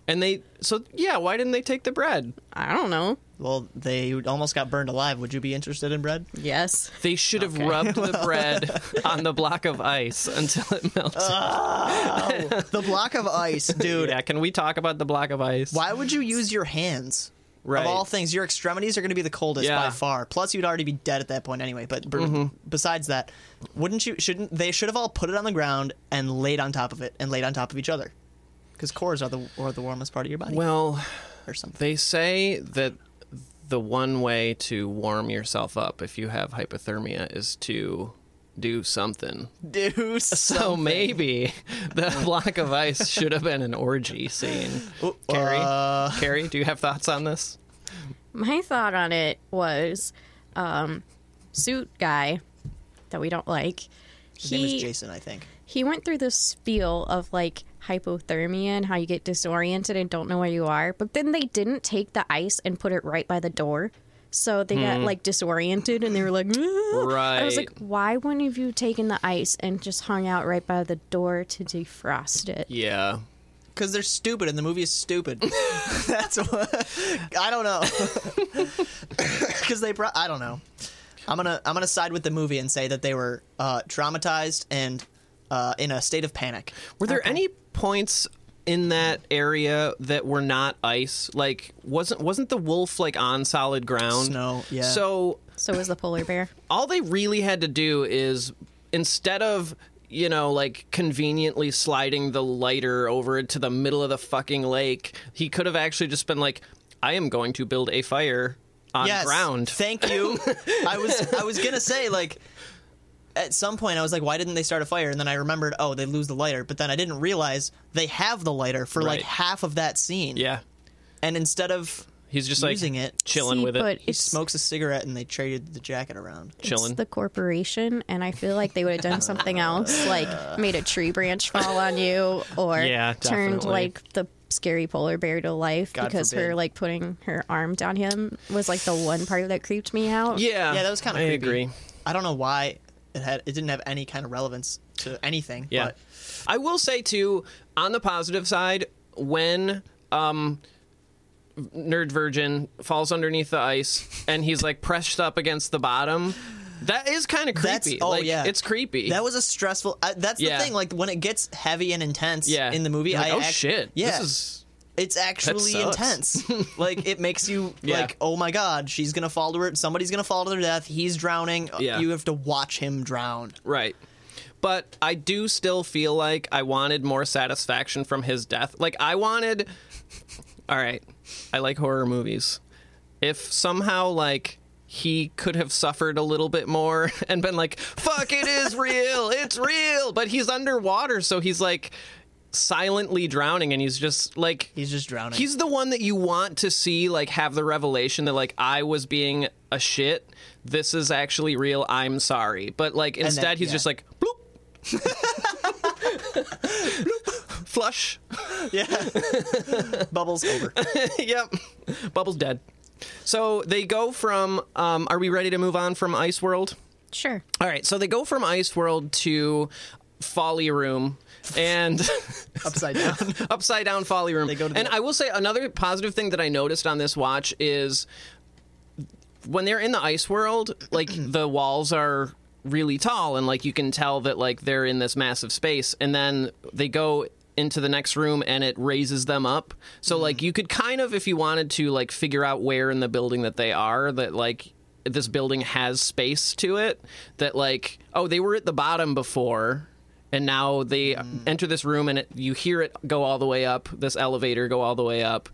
S1: And they. So yeah. Why didn't they take the bread?
S2: I don't know.
S3: Well, they almost got burned alive. Would you be interested in bread?
S2: Yes.
S1: They should have rubbed the
S3: [laughs]
S1: bread on the block of ice until it melted.
S3: Oh, The block
S1: [laughs]
S3: of ice, dude.
S1: yeah. Can we talk about the block of ice?
S3: Why would you use your hands?
S1: Right.
S3: Of all things, your extremities are going to be the coldest
S1: Yeah. Mm-hmm.
S3: by far. Plus, you'd already be dead at that point anyway. But b- besides that, wouldn't you? Shouldn't they? Should have all put it on the ground and laid on top of it and laid on top of each other, because cores are the are the warmest part of your body
S1: Well,
S3: or something.
S1: they say that the one way to warm yourself up if you have hypothermia is to do something
S3: [laughs] Dude,
S1: So
S3: [laughs]
S1: maybe the block of ice should have been an orgy scene. Carrie,
S3: uh,
S1: Carrie, do you have thoughts on this?
S2: My thought on it was um suit guy that we don't like.
S3: his name is
S2: He
S3: Jason, I think.
S2: he went through this spiel of like hypothermia and how you get disoriented and don't know where you are, but then they didn't take the ice and put it right by the door. So they
S3: Hmm.
S2: got like disoriented and they were like, "Ah." I was like,
S1: Right.
S2: why wouldn't have you taken the ice and just hung out right by the door to defrost it?
S1: Yeah.
S3: Because they're stupid, and the movie
S1: [laughs]
S3: is stupid. [laughs] That's what I don't know. [laughs] Because they, pro- I don't know. I'm gonna, I'm gonna side with the movie and say that they were uh, traumatized and uh, in a state of panic.
S1: Were there any points in that area that were not ice? Like wasn't wasn't the wolf like on solid ground?
S3: Snow, yeah.
S1: So
S2: So was the polar bear.
S1: all they really had to do is instead of you know like conveniently sliding the lighter over to the middle of the fucking lake he could have actually just been like i am going to build a fire on
S3: yes,
S1: ground [laughs]
S3: Thank you. I was, I was gonna say like. At some point, I was like, "Why didn't they start a fire?" And then I remembered, "Oh, they lose the lighter." But then I didn't realize they have the lighter for
S1: Right.
S3: like half of that scene.
S1: yeah
S3: And instead of
S1: He's just like
S3: Using it.
S1: [laughs] chilling
S2: See,
S1: with it.
S2: but
S3: he
S2: it's,
S3: smokes a cigarette and they traded the jacket around.
S1: chilling.
S2: it's the corporation, and I feel like they would have done something else, like made a tree branch fall on you, or
S1: Yeah,
S2: turned
S1: definitely.
S2: like the scary polar bear to life
S3: God
S2: because her
S3: forbid.
S2: like putting her arm down him was like the one part that creeped me out.
S1: yeah,
S3: Yeah, that was kind of.
S1: I
S3: creepy.
S1: agree.
S3: I don't know why it had it didn't have any kind of relevance to anything.
S1: Yeah,
S3: but
S1: I will say too. On the positive side, when um, nerd virgin falls underneath the ice, and he's like pressed up against the bottom. That is kind of creepy.
S3: That's- oh,
S1: like,
S3: yeah.
S1: it's creepy.
S3: That was a stressful. I that's
S1: Yeah.
S3: the thing. Like when it gets heavy and intense
S1: yeah,
S3: in the movie,
S1: You're like,
S3: I
S1: oh
S3: act-
S1: shit,
S3: Yeah,
S1: this is
S3: it's actually
S1: sucks. [laughs]
S3: intense. like it makes you
S1: Yeah.
S3: like, oh my god, she's gonna fall to her. Somebody's gonna fall to their death. He's drowning. Uh,
S1: Yeah.
S3: you have to watch him drown.
S1: Right. But I do still feel like I wanted more satisfaction from his death. Like I wanted All right. I like horror movies. If somehow like he could have suffered a little bit more [laughs] and been like, "Fuck, it is real. It's real." But he's underwater, so he's like silently drowning and he's just like
S3: He's just drowning.
S1: He's the one that you want to see like have the revelation that like I was being a shit. This is actually real. I'm sorry. But like instead he's
S3: yeah.
S1: just like bloop. [laughs] Bloop. Flush. [laughs]
S3: yeah. Bubbles over.
S1: yep. Bubble's dead. So they go from um are we ready to move on from Ice World?
S2: Sure.
S1: All right. So they go from Ice World to Folly Room and [laughs]
S3: Upside down.
S1: upside down folly room.
S3: go to the-
S1: and I will say another positive thing that I noticed on this watch is when they're in the ice world,
S3: [clears throat]
S1: like the walls are really tall and like you can tell that like they're in this massive space and then they go into the next room and it raises them up. So
S3: Mm.
S1: like you could kind of if you wanted to like figure out where in the building that they are that like this building has space to it that like oh they were at the bottom before and now they enter this room and it, you hear it go all the way up this elevator go all the way up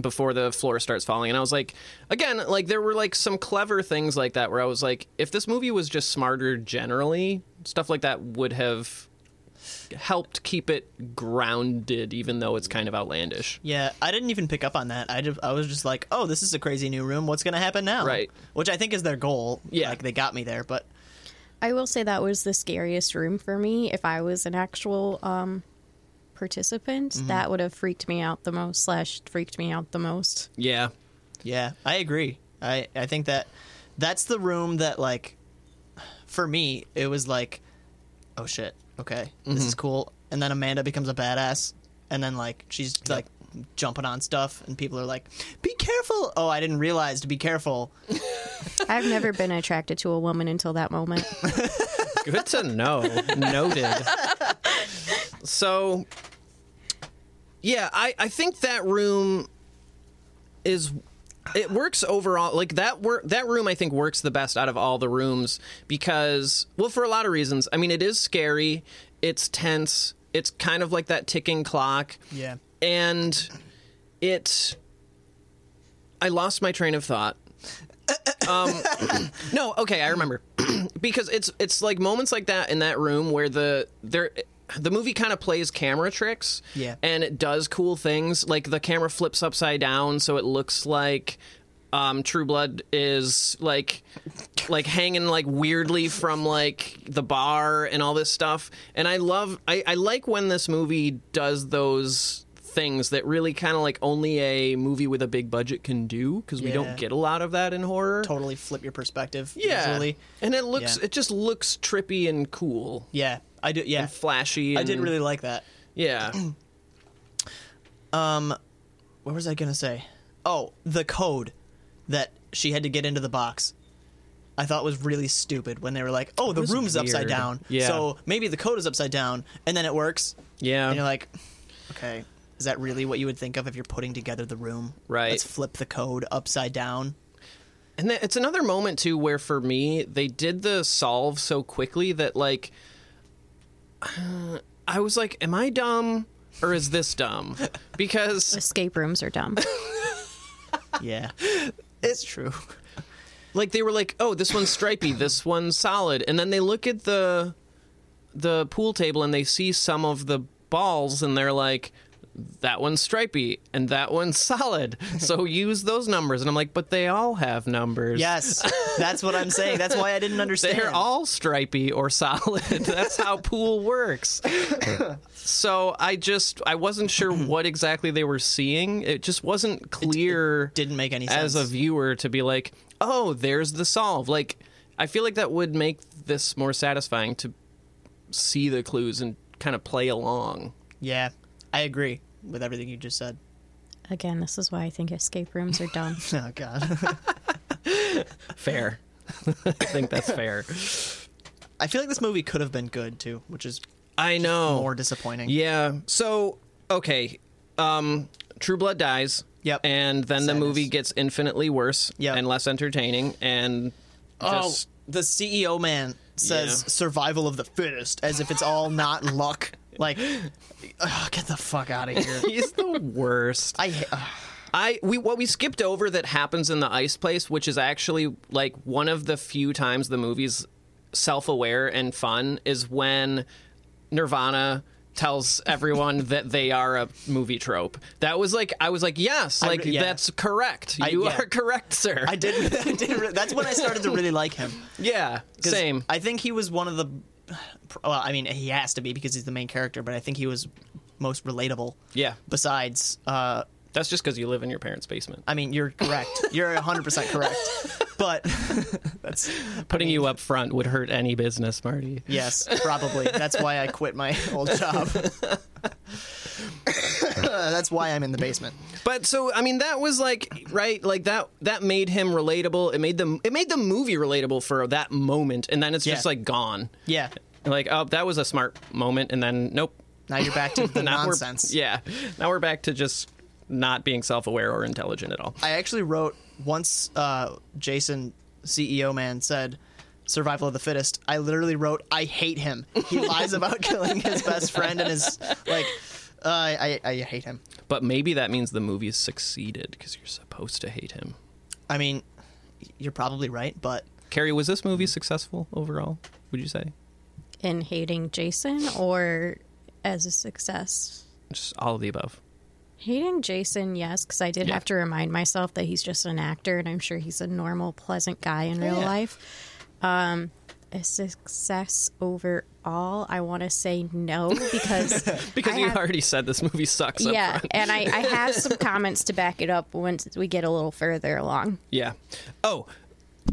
S1: before the floor starts falling and i was like again like there were like some clever things like that where i was like if this movie was just smarter generally stuff like that would have helped keep it grounded even though it's kind of outlandish
S3: Yeah, I didn't even pick up on that. I just, I was just like, oh, this is a crazy new room. What's gonna happen now?
S1: Right.
S3: Which I think is their goal.
S1: Yeah.
S3: Like they got me there, but
S2: I will say that was the scariest room for me. If I was an actual um, participant,
S1: Mm-hmm.
S2: that would have freaked me out the most, slash, freaked me out the most.
S1: yeah
S3: Yeah, I agree. I I think that that's the room that like for me it was like oh shit, okay. This
S1: Mm-hmm.
S3: is cool. And then Amanda becomes a badass and then like she's like jumping on stuff and people are like be careful. Oh, I didn't realize to be careful.
S2: I've never been attracted to a woman until that moment.
S1: Good to know. Noted. So, yeah, I, I think that room is it works overall like that work that room I think works the best out of all the rooms because well for a lot of reasons. I mean it is scary, it's tense, it's kind of like that ticking clock
S3: Yeah.
S1: and it i lost my train of thought um, no okay i remember [clears throat] because it's it's like moments like that in that room where the there the movie kind of plays camera tricks
S3: Yeah.
S1: and it does cool things like the camera flips upside down so it looks like um, True Blood is like, like hanging like weirdly from like the bar and all this stuff, and I love, I, I like when this movie does those things that really kind of like only a movie with a big budget can do because we
S3: Yeah.
S1: don't get a lot of that in horror.
S3: Totally flip your perspective
S1: Yeah,
S3: visually.
S1: and it looks,
S3: Yeah.
S1: it just looks trippy and cool,
S3: Yeah. I do yeah.
S1: flashy.
S3: I did
S1: and-
S3: really like that. [clears throat]
S1: yeah,
S3: What was I going to say? Oh, the code that she had to get into the box. I thought was really stupid when they were like, "Oh, the
S1: was
S3: room's upside
S1: weird.
S3: down,
S1: Yeah.
S3: so maybe the code is upside down," and then it works.
S1: yeah.
S3: And you're like, "Okay, is that really what you would think of if you're putting together the room?
S1: Right.
S3: Let's flip the code upside down."
S1: And then it's another moment too where for me they did the solve so quickly that like [sighs] I was like, am I dumb or is this
S3: [laughs]
S1: dumb? Because
S2: Escape rooms are dumb. [laughs]
S1: [laughs]
S3: Yeah, it's true.
S1: like they were like, oh, this one's stripy, this one's solid, and then they look at the the pool table and they see some of the balls and they're like. That one's stripy and that one's [laughs] solid. So use those numbers. And I'm like, but they all have numbers.
S3: Yes, that's what I'm saying. That's why I didn't understand.
S1: They're all stripy or solid. [laughs] That's how pool works. [laughs] so I just I wasn't [clears throat] sure what exactly they were seeing. It just wasn't clear
S3: didn't make any
S1: as
S3: sense
S1: a viewer to be like, "Oh, there's the solve." Like I feel like that would make this more satisfying to see the clues and kind of play along.
S3: Yeah, I agree with everything you just said. [laughs]
S2: Again, this is why I think escape rooms are
S1: [laughs]
S2: dumb.
S3: Oh god.
S1: Fair. [laughs] I think
S3: [laughs]
S1: that's fair.
S3: I feel like this movie could have been good too, which is
S1: I know.
S3: more disappointing.
S1: Oh. Yeah. So okay, um, True Blood dies.
S3: Yep.
S1: And then the
S3: Sadness.
S1: movie gets infinitely worse
S3: Yep.
S1: and less entertaining and
S3: Oh,
S1: just [laughs]
S3: the CEO man says
S1: Yeah.
S3: survival of the fittest as if it's all not luck. Like, ugh, get the fuck out of here.
S1: he's the worst.
S3: I ha- ugh.
S1: I we what we skipped over that happens in the ice place, which is actually like one of the few times the movie's self-aware and fun is when Nirvana tells everyone [laughs] that they are a movie trope. That was like I was like, yes,
S3: re-
S1: like
S3: yeah.
S1: that's correct. You
S3: yeah.
S1: are [laughs] correct, sir.
S3: I did. [laughs] I did. re- That's when I started to really like him.
S1: yeah,
S3: 'Cause
S1: same.
S3: I think he was one of the. [sighs] Well, I mean, he has to be because he's the main character, but I think he was most relatable.
S1: yeah,
S3: Besides, uh,
S1: that's just because you live in your parents' basement.
S3: I mean, you're correct. You're 100 percent correct. But [laughs] that's
S1: Putting you up front would hurt any business, Marty.
S3: Yes, probably. That's why I quit my [laughs] old job. [coughs] That's why I'm in the basement.
S1: But so I mean that was like right like that that made him relatable. It made them it made the movie relatable for that moment and then it's just
S3: Yeah.
S1: like gone.
S3: Yeah.
S1: Like oh that was a smart moment and then nope.
S3: [laughs] Now you're back to the
S1: Now
S3: nonsense.
S1: we're yeah. Now we're back to just not being self-aware or intelligent at all.
S3: I actually wrote once uh, Jason, CEO man, said survival of the fittest. I literally wrote, I hate him. [laughs] He lies about killing his best friend and is like, uh, I, I hate him.
S1: But maybe that means the movie succeeded cuz you're supposed to hate him.
S3: I mean, you're probably right, but
S1: Carrie, was this
S3: Mm.
S1: movie successful overall? Would you say?
S2: In hating Jason or as a success?
S1: Just all of the above.
S2: Hating Jason, yes, because I did
S1: Yeah.
S2: have to remind myself that he's just an actor and I'm sure he's a normal, pleasant guy in real
S3: yeah.
S2: life. Um, a success overall, I want to say no because
S1: [laughs] Because
S2: I
S1: you
S2: have-
S1: already said this movie sucks. up
S2: yeah,
S1: front.
S2: and I, I
S1: [laughs]
S2: have some comments to back it up once we get a little further along.
S1: Yeah. Oh,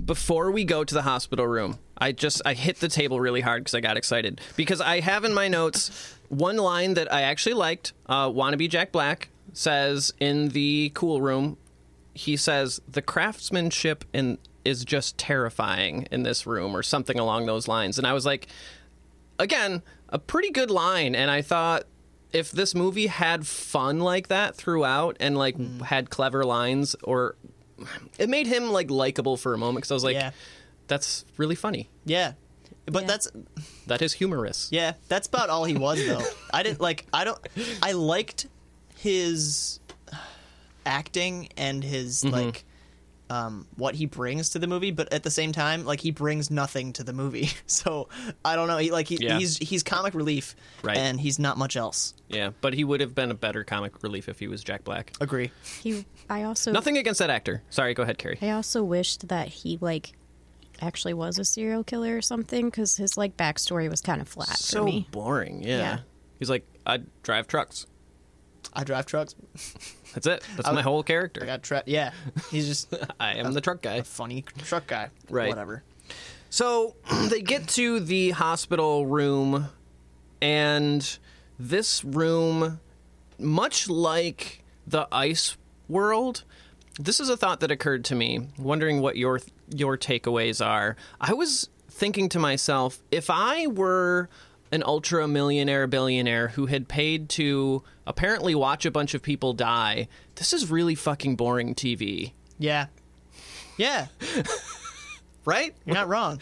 S1: before we go to the hospital room, I just I hit the table really hard because I got excited because I have in my notes one line that I actually liked. Uh, Wannabe Jack Black says in the cool room, he says the craftsmanship in is just terrifying in this room or something along those lines, and I was like, again, a pretty good line, and I thought. If this movie had fun like that throughout and like had clever lines or it made him like likable for a moment because I was like,
S3: Yeah.
S1: that's really funny.
S3: yeah. But
S2: Yeah.
S3: that's
S1: That is humorous.
S3: Yeah, that's about all he
S1: [laughs]
S3: was though. I didn't like I don't I liked his acting and his
S1: Mm-hmm.
S3: like um what he brings to the movie, but at the same time like he brings nothing to the movie. [laughs] So I don't know, he like he,
S1: Yeah.
S3: he's he's comic relief
S1: Right.
S3: and he's not much else.
S1: Yeah, but he would have been a better comic relief if he was Jack Black.
S3: Agree.
S2: He, I also
S1: Nothing against that actor. Sorry, go ahead, Carrie.
S2: I also wished that he like actually was a serial killer or something because his like backstory was kind of flat for
S1: So
S2: me.
S1: boring. Yeah.
S2: Yeah.
S1: He's like, I drive trucks.
S3: I drive trucks.
S1: That's it. That's my whole character.
S3: I
S1: I, [laughs]
S3: got tra- yeah. He's just a
S1: am the truck guy.
S3: funny truck guy.
S1: Right.
S3: Whatever.
S1: So [clears throat] they get to the hospital room, and this room, much like the ice world, this is a thought that occurred to me, wondering what your your takeaways are. I was thinking to myself, if I were an ultra millionaire billionaire who had paid to apparently watch a bunch of people die, this is really fucking boring TV,
S3: Yeah. Yeah.
S1: right?
S3: You're not wrong.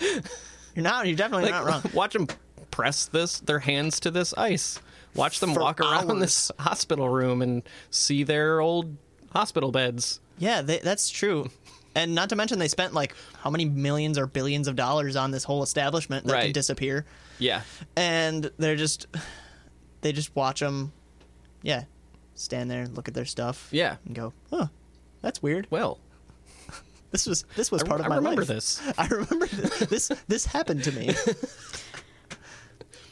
S3: You're not you're definitely
S1: Like,
S3: not wrong.
S1: [laughs] Watch them press this their hands to this ice. Watch them
S3: For
S1: walk around this [laughs] hospital room and see their old hospital beds.
S3: Yeah, they, that's true. And not to mention, they spent like how many millions or billions of dollars on this whole establishment that can
S1: Right.
S3: disappear,
S1: Yeah,
S3: and they're just they just watch them, yeah, stand there, look at their stuff,
S1: yeah.
S3: and go, huh, that's weird.
S1: Well,
S3: This was this was
S1: I-
S3: part
S1: I
S3: of my
S1: remember
S3: life.
S1: this.
S3: [laughs] I remember th- this. This happened
S1: [laughs]
S3: to me.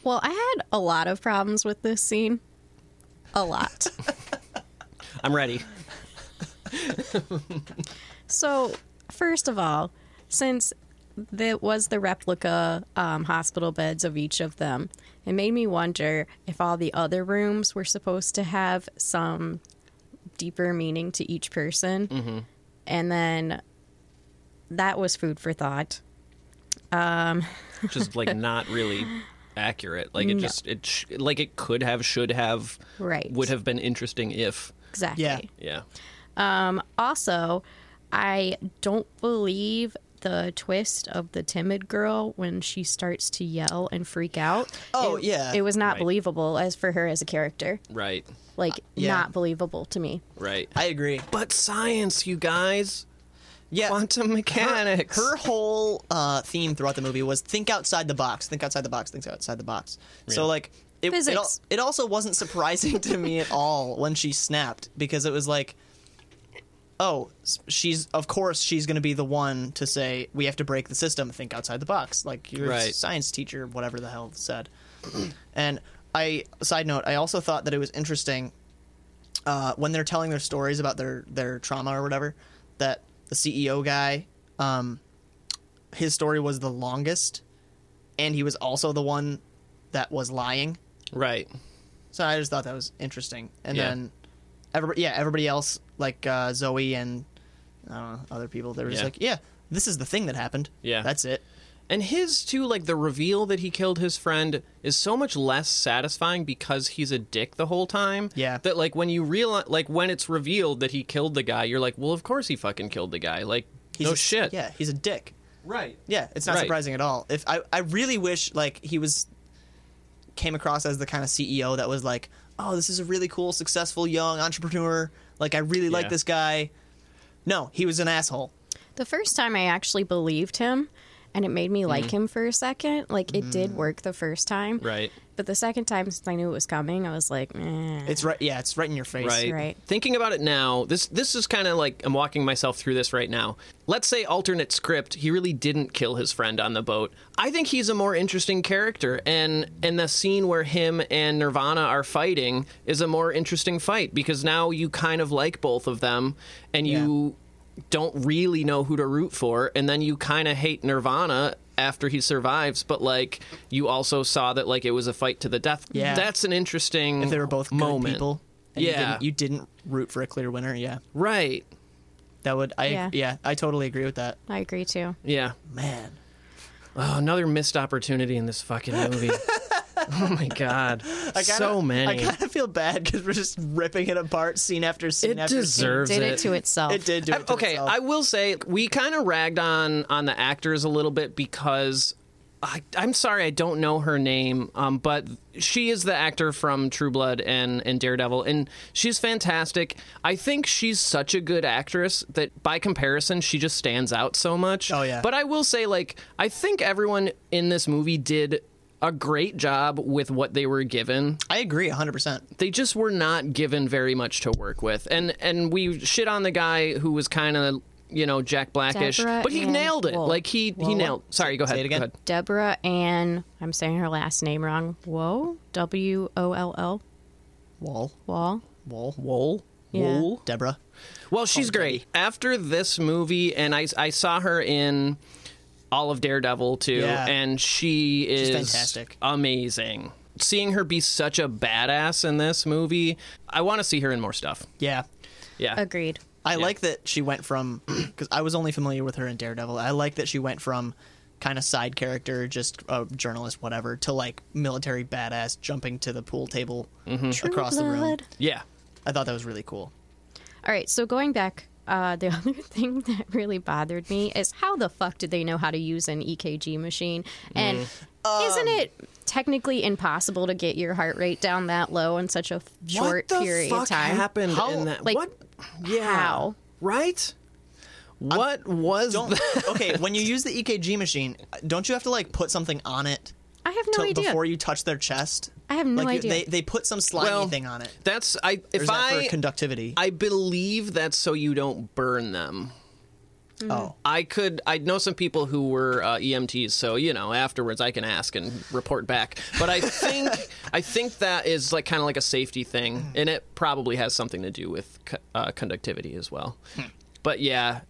S2: Well, I had a lot of problems with this scene. A lot.
S1: I'm ready.
S2: so, first of all, since that was the replica um, hospital beds of each of them, it made me wonder if all the other rooms were supposed to have some deeper meaning to each person. And then that was food for thought.
S1: which is like not really accurate. Like it just it sh- like it could have, should have,
S2: Right.
S1: would have been interesting if.
S2: Exactly.
S3: Yeah.
S1: Yeah.
S2: Also, I don't believe the twist of the timid girl when she starts to yell and freak out.
S3: Oh,
S2: It-
S3: yeah.
S2: It was not
S1: Right.
S2: believable as for her as a character.
S1: Right.
S2: Like
S3: Uh, yeah.
S2: not believable to me.
S1: Right.
S3: I agree.
S1: but science, you guys.
S3: Yeah.
S1: Quantum mechanics.
S3: Her whole uh, theme throughout the movie was think outside the box, think outside the box, think outside the box. So like it, it, al-
S2: Physics.
S3: it also wasn't surprising [laughs] to me at all when she snapped because it was like, oh, s- she's of course she's going to be the one to say we have to break the system, think outside the box, like your
S1: Right.
S3: science teacher, whatever the hell said. [clears throat] and I side note, I also thought that it was interesting uh, when they're telling their stories about their their trauma or whatever that the CEO guy um his story was the longest and he was also the one that was lying
S1: right.
S3: so I just thought that was interesting and
S1: Yeah.
S3: then everybody yeah everybody else like uh, Zoe and I don't know other people they were just
S1: Yeah.
S3: like yeah this is the thing that happened
S1: Yeah.
S3: that's it
S1: And his too, like the reveal that he killed his friend is so much less satisfying because he's a dick the whole time.
S3: Yeah.
S1: That like when you realize, like when it's revealed that he killed the guy, you're like, well, of course he fucking killed the guy. Like,
S3: he's
S1: no
S3: a,
S1: shit.
S3: yeah he's a dick
S1: Right.
S3: Yeah, it's not
S1: Right.
S3: surprising at all. If I, I really wish like he was came across as the kind of CEO that was like, oh, this is a really cool, successful young entrepreneur. Like I really like
S1: Yeah.
S3: this guy. No, he was an asshole.
S2: The first time I actually believed him and it made me like him for a second. Like it
S3: Mm.
S2: did work the first time.
S1: Mm. Right.
S2: But the second time since I knew it was coming, I was like, eh.
S3: It's right. Yeah, it's right in your face.
S1: Right.
S2: Right.
S1: Thinking about it now, this this is kind of like I'm walking myself through this right now. Let's say alternate script, he really didn't kill his friend on the boat. I think he's a more interesting character and and the scene where him and Nirvana are fighting is a more interesting fight because now you kind of like both of them and you don't really know who to root for and then you kind of hate Nirvana after he survives but like you also saw that like it was a fight to the death
S3: Yeah.
S1: that's an interesting
S3: If they were both good
S1: moment
S3: people. And you
S1: Yeah.
S3: didn't- you didn't, root for a clear winner. Yeah,
S1: Right.
S3: that would. I
S2: Yeah.
S3: yeah. I totally agree with that.
S2: I agree too.
S1: Yeah.
S3: Man,
S1: Oh, another missed opportunity in this fucking movie. oh my god. so many.
S3: I kind of feel bad because we're just ripping it apart scene after scene.
S1: it
S3: after scene.
S1: deserves
S2: Did
S1: it.
S2: it to itself.
S3: It did do it. to
S1: okay,
S3: itself.
S1: I will say we kind of ragged on on the actors a little bit because I, I'm sorry I don't know her name, um, but she is the actor from True Blood and and Daredevil, and she's fantastic. I think she's such a good actress that by comparison she just stands out so much.
S3: Oh, yeah.
S1: but I will say like I think everyone in this movie did. A great job with what they were given
S3: I agree 100. percent
S1: they just were not given very much to work with and and we shit on the guy who was kind of you know jack blackish
S2: Deborah
S1: but he
S2: and
S1: nailed it
S2: Wol-
S1: like he he
S2: Wol-
S1: nailed sorry go ahead
S3: Say it again.
S1: go ahead.
S2: Deborah Ann, I'm saying her last name wrong. Whoa, W O L L,
S3: Wall,
S2: Wall.
S3: wall,
S1: wool
S2: Yeah.
S1: wool
S3: Deborah.
S1: well she's great after this movie and i i saw her in all of daredevil too
S3: Yeah.
S1: and she is
S3: fantastic.
S1: amazing seeing her be such a badass in this movie i want to see her in more stuff
S3: Yeah.
S1: yeah
S2: Agreed.
S3: I like that she went from [clears throat] because I was only familiar with her in Daredevil. I like that she went from kind of side character, just a journalist, whatever, to like military badass jumping to the pool table across the room.
S2: Blood.
S1: yeah
S3: I thought that was really cool.
S2: All right, so going back, uh, the [laughs] other thing that really bothered me is how the fuck did they know how to use an EKG machine? And
S3: Mm.
S1: Um,
S2: isn't it technically impossible to get your heart rate down that low in such a f- short
S1: what the
S2: period
S1: fuck
S2: of time?
S1: happened
S3: How-
S1: in that?
S2: like,
S1: what? Yeah.
S2: how?
S1: Right? What was
S3: Don't
S1: that?
S3: okay when you use the EKG machine, don't you have to like put something on it
S2: I have no
S3: to-
S2: idea.
S3: before you touch their chest?
S2: I have no
S3: like, you-
S2: idea.
S3: They they put some
S1: [laughs]
S3: slimy
S1: Well,
S3: thing on it.
S1: That's I.
S3: Or is
S1: If
S3: that
S1: I,
S3: for conductivity?
S1: I believe that's so you don't burn them.
S3: oh,
S1: I could. I know some people who were uh, EMTs, so you know. Afterwards, I can ask and report back. But I
S3: [laughs]
S1: think I think that is like kind of like a safety
S3: Mm-hmm.
S1: thing, and it probably has something to do with co- uh,
S3: Hmm.
S1: conductivity as well. But yeah,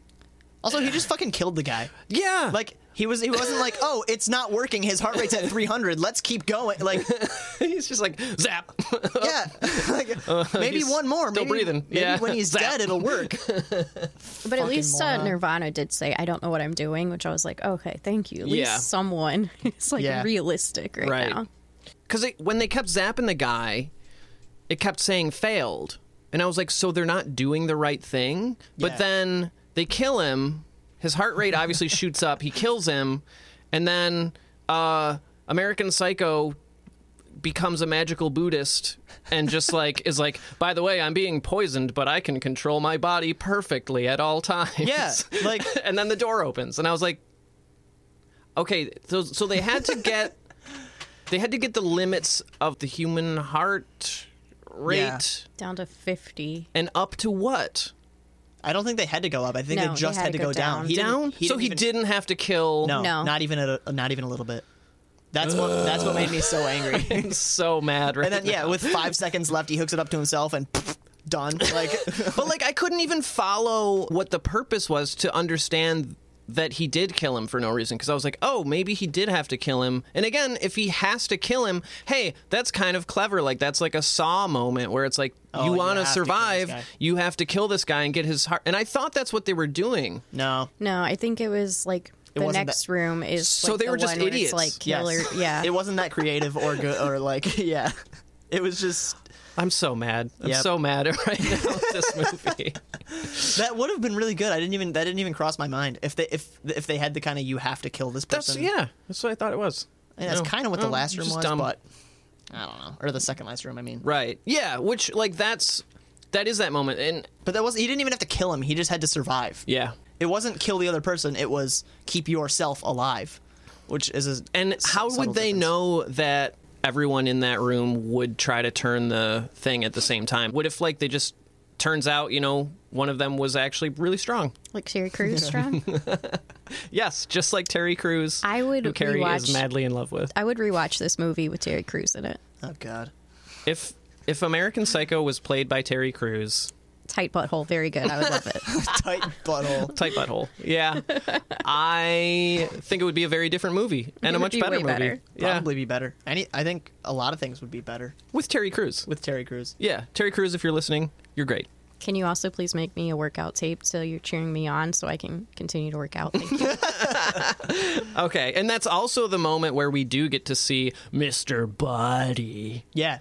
S3: also he just fucking killed the guy.
S1: yeah.
S3: Like He was he wasn't like, "Oh, it's not working. His heart rate's at 300. Let's keep going." Like,
S1: [laughs] he's just like zap. [laughs]
S3: yeah. Like, maybe
S1: Uh, he's
S3: one more.
S1: still
S3: maybe,
S1: breathing.
S3: Maybe
S1: Yeah.
S3: when
S1: [laughs]
S3: he's
S1: Zap.
S3: dead it'll work.
S2: But at least uh,
S3: moron.
S2: Nirvana did say, "I don't know what I'm doing," which I was like, "Okay, thank you." At least
S1: Yeah.
S2: someone [laughs] is like
S3: Yeah.
S2: realistic right,
S1: Right.
S2: now.
S1: Because when they kept zapping the guy, it kept saying failed. And I was like, so they're not doing the right thing?
S3: Yeah.
S1: But then they kill him. His heart rate obviously shoots up. He kills him. And then uh, American Psycho becomes a magical Buddhist and just like is like, by the way, I'm being poisoned, but I can control my body perfectly at all times.
S3: Yeah,
S1: [laughs]
S3: like-
S1: and then the door opens. And I was like, okay, so so they had to
S3: [laughs]
S1: get they had to get the limits of the human heart rate
S3: Yeah.
S2: Down to fifty.
S1: and up to what?
S3: I don't think they had to go up. I think
S2: No,
S3: they just had, to go, down. didn't-
S1: Down? so
S3: didn't
S1: he
S3: even-
S1: didn't have to kill
S3: No,
S2: No.
S3: not even a, not even a little bit. That's what that's what made me so angry.
S1: [laughs] I'm [laughs] so mad right
S3: And then yeah,
S1: now.
S3: with five seconds left, he hooks it up to himself and [laughs] done. Like [laughs]
S1: But like I couldn't even follow what the purpose was to understand that he did kill him for no reason because I was like, "Oh, maybe he did have to kill him." And again, if he has to kill him, hey, that's kind of clever. Like that's like a saw moment where it's like you
S3: Oh, you
S1: want to
S3: have to kill this guy.
S1: survive, you have to kill this guy and get his heart. And I thought that's what they were doing.
S3: no,
S2: No, I think it was like the
S3: wasn't
S2: next room is.
S1: So
S2: like,
S1: they
S2: the
S1: were just
S2: one where it's,
S1: idiots.
S2: like killer.
S1: [laughs]
S3: Yes.
S2: Yeah.
S3: it wasn't that creative or good or like [laughs] yeah. It was just
S1: I'm so mad. I'm
S3: Yep.
S1: so mad [laughs] right now at this
S3: [laughs]
S1: movie.
S3: that would have been really good. I didn't even that didn't even cross my mind if they if if they had the kind of you have to kill this
S1: That's
S3: person.
S1: yeah. That's what I thought it was.
S3: And that's
S1: No.
S3: kind of what the
S1: No,
S3: last
S1: you're
S3: room
S1: just
S3: was,
S1: dumb.
S3: but I don't know, or the second last room. I mean,
S1: right. Yeah, which like that's that is that moment and
S3: but that was he didn't even have to kill him. He just had to survive.
S1: yeah.
S3: It wasn't kill the other person. It was keep yourself alive, which is a
S1: And
S3: s-
S1: how
S3: subtle
S1: would they
S3: difference.
S1: know that everyone in that room would try to turn the thing at the same time? What if like they just turns out, you know, one of them was actually really strong?
S2: Like
S1: [laughs]
S2: Terry Crews strong.
S1: Yes, just like Terry Crews.
S2: I would
S1: who Carrie
S2: rewatch-
S1: is madly in love with.
S2: I would rewatch this movie with Terry Crews in it.
S3: Oh God. [laughs]
S1: If if American Psycho was played by Terry Crews,
S2: Tight butthole, very good. I would
S1: [laughs]
S2: love it.
S3: tight butthole.
S1: tight butthole. Yeah, I think it would be a very different movie and a
S2: It would
S1: much
S2: be
S1: better
S2: way
S1: movie.
S2: better.
S1: Yeah,
S3: Probably be better. Any, I think a lot of things would be better
S1: with Terry Crews.
S3: with Terry Crews.
S1: Yeah, Terry Crews. If you're listening, you're great.
S2: Can you also please make me a workout tape so you're cheering me on so I can continue to work out? Thank
S1: [laughs]
S2: you.
S1: Okay, and that's also the moment where we do get to see Mr. Body,
S3: Yeah,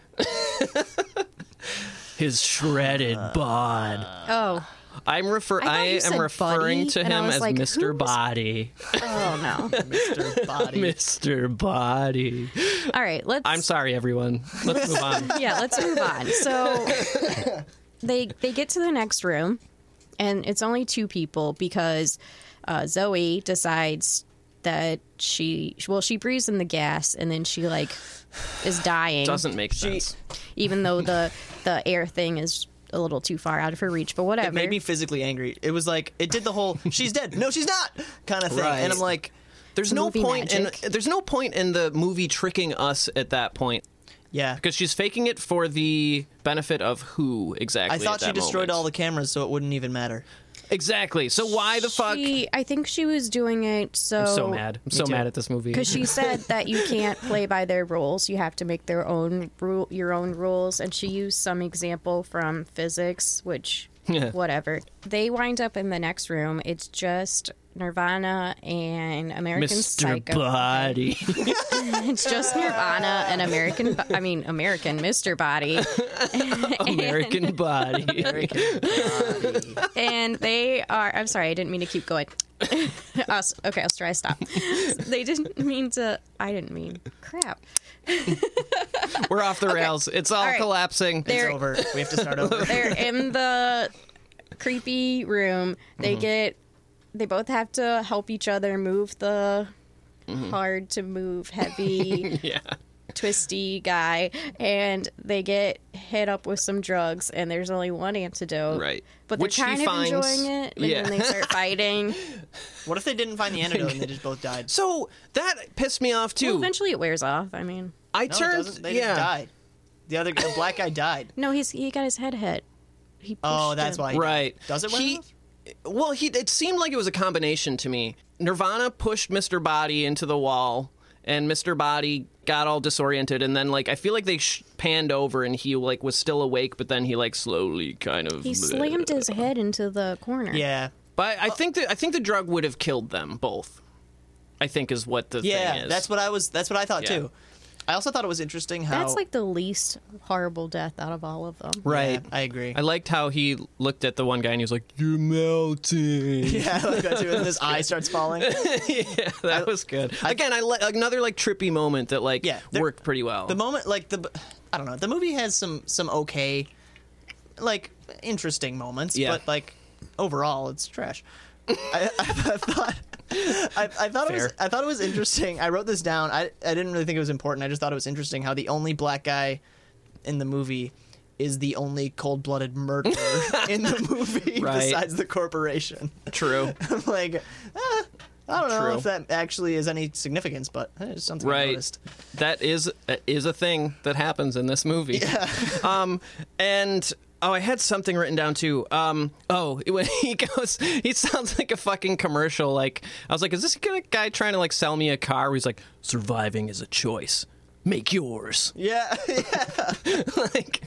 S1: his [sighs] shredded bod.
S2: oh,
S1: I'm refer.
S2: I thought
S1: I,
S2: you
S1: am
S2: said
S1: referring
S2: Buddy,
S1: to
S2: and I
S1: him
S2: was
S1: as
S2: like,
S1: Mr.
S2: who's-
S1: Body.
S2: oh no.
S1: [laughs]
S3: Mr. Body.
S1: Mr. Body.
S2: All right, let's.
S1: I'm sorry, everyone. Let's move [laughs] on.
S2: yeah, let's move on. So they they get to the next room, and it's only two people because uh, Zoe decides that she well she breathes in the gas and then she like is dying
S1: Doesn't make sense.
S2: even though the the air thing is a little too far out of her reach but whatever
S3: It made me physically angry. It was like it did
S1: [laughs]
S3: the whole "she's dead, no, she's not" kind of thing,
S1: Right.
S3: and I'm like,
S1: There's no
S2: movie
S1: point
S2: magic.
S1: in there's no point in the movie tricking us at that point.
S3: yeah.
S1: Because she's faking it for the benefit of who exactly?
S3: I thought she destroyed all the cameras, so it wouldn't even matter.
S1: the. Exactly. So why the fuck?
S2: She- Oh, I think she was doing it so
S1: I'm so mad. I'm so
S3: too.
S1: mad at this movie.
S2: because she said that you can't play by their rules. You have to make their own rule, your own rules. And she used some example from physics, which
S1: Yeah.
S2: whatever. They wind up in the next room. It's just Nirvana and American
S1: Mr.
S2: Psycho.
S1: Body.
S2: [laughs] It's just Nirvana and American. Bo- I mean, American Mr. Body.
S1: American Body.
S2: and they are i'm sorry i didn't mean to keep going [laughs] Us- okay i'll try to stop they didn't mean to i didn't mean crap
S1: We're off the rails. It's all,
S2: All right.
S1: collapsing.
S2: They're-
S3: It's over. We have to start over.
S2: they're in the creepy room they get they both have to help each other move the hard to move heavy
S1: [laughs] yeah.
S2: twisty guy and they get hit up with some drugs and there's only one antidote
S1: Right.
S2: but they're
S1: Which he
S2: kind of
S1: finds-
S2: enjoying it and
S1: Yeah.
S2: then they start fighting
S3: What if they didn't find the antidote and they just both
S1: [laughs]
S3: died?
S1: So that pissed me off too.
S2: well, eventually it wears off i mean
S1: I
S3: No, it
S1: turned.
S3: doesn't. they
S1: yeah.
S3: just died. The other the black guy died.
S2: No, he's he got his head hit. He
S3: Oh,
S2: pushed
S3: that's
S2: him.
S3: why.
S1: Right.
S3: Does it wear
S1: He-
S3: off?
S1: Well, he it seemed like it was a combination to me Nirvana pushed Mr. Body into the wall, and Mr. Body got all disoriented. And then, like, I feel like they sh- panned over, and he like was still awake, but then he like slowly kind of
S2: He slammed his head into the corner.
S3: Yeah.
S1: But I think that I think the drug would have killed them both. I think is what the thing
S3: Yeah,
S1: is.
S3: that's what I was that's what I thought
S1: Yeah.
S3: too. I also thought it was interesting how
S2: That's like the least horrible death out of all of them.
S3: Right. I agree.
S1: I liked how he looked at the one guy and he was like, "You're melting."
S3: [laughs] yeah, I like that too. And his eye starts
S1: [laughs]
S3: falling.
S1: that was good. Again, I li- another like trippy moment that like
S3: Yeah, there-
S1: worked pretty well.
S3: [laughs] The moment like the I don't know. The movie has some some okay like interesting moments,
S1: Yeah.
S3: but like overall it's trash. I, I, I thought [laughs] I, I thought it was
S1: Fair.
S3: I thought it was interesting. I wrote this down. I I didn't really think it was important. I just thought it was interesting how the only black guy in the movie is the only
S1: [laughs]
S3: cold-blooded murderer in the movie
S1: Right.
S3: besides the corporation. [laughs]
S1: True.
S3: I'm like, eh, I don't know
S1: True.
S3: if that actually is any significance, but eh, it's something I
S1: right.
S3: noticed.
S1: That is that is a thing that happens in this movie. Yeah. [laughs] um and oh, I had something written down too. Um oh, [laughs] when he goes he sounds like a fucking commercial like I was like is this gonna guy trying to like sell me a car? He's like surviving is a choice. Make yours.
S3: Yeah, [laughs]
S1: [laughs] like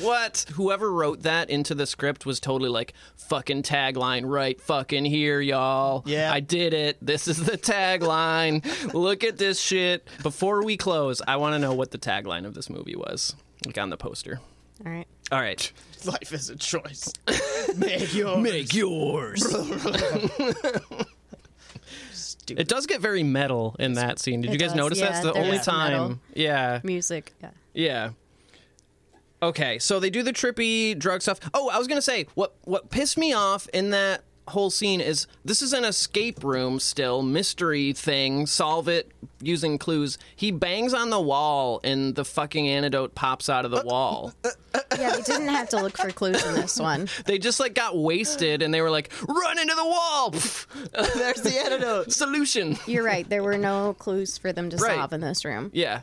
S1: what whoever wrote that into the script was totally like fucking tagline right fucking here y'all
S3: Yeah.
S1: i did it this is the tagline look at this shit before we close i want to know what the tagline of this movie was like on the poster
S2: All right.
S1: all right
S3: life is
S1: [laughs]
S3: a choice. Make your
S1: make
S2: [laughs]
S1: yours it does get very metal in that scene did
S2: It
S1: you guys
S2: does,
S1: notice
S2: yeah,
S1: that's the
S2: there
S1: only
S2: is some
S1: time
S2: metal.
S1: yeah
S2: Music. Yeah.
S1: Yeah. Okay, so they do the trippy drug stuff. Oh, I was gonna say what what pissed me off in that whole scene is this is an escape room still mystery thing. Solve it using clues. He bangs on the wall and the fucking antidote pops out
S3: Uh,
S1: of the wall.
S2: Yeah, they didn't have to look for clues in this one.
S1: They just like got wasted and they were like, run into the wall. [laughs] Pff,
S3: There's the antidote.
S1: Solution.
S2: You're right. There were no clues for them to
S1: Right.
S2: solve in this room.
S1: Yeah.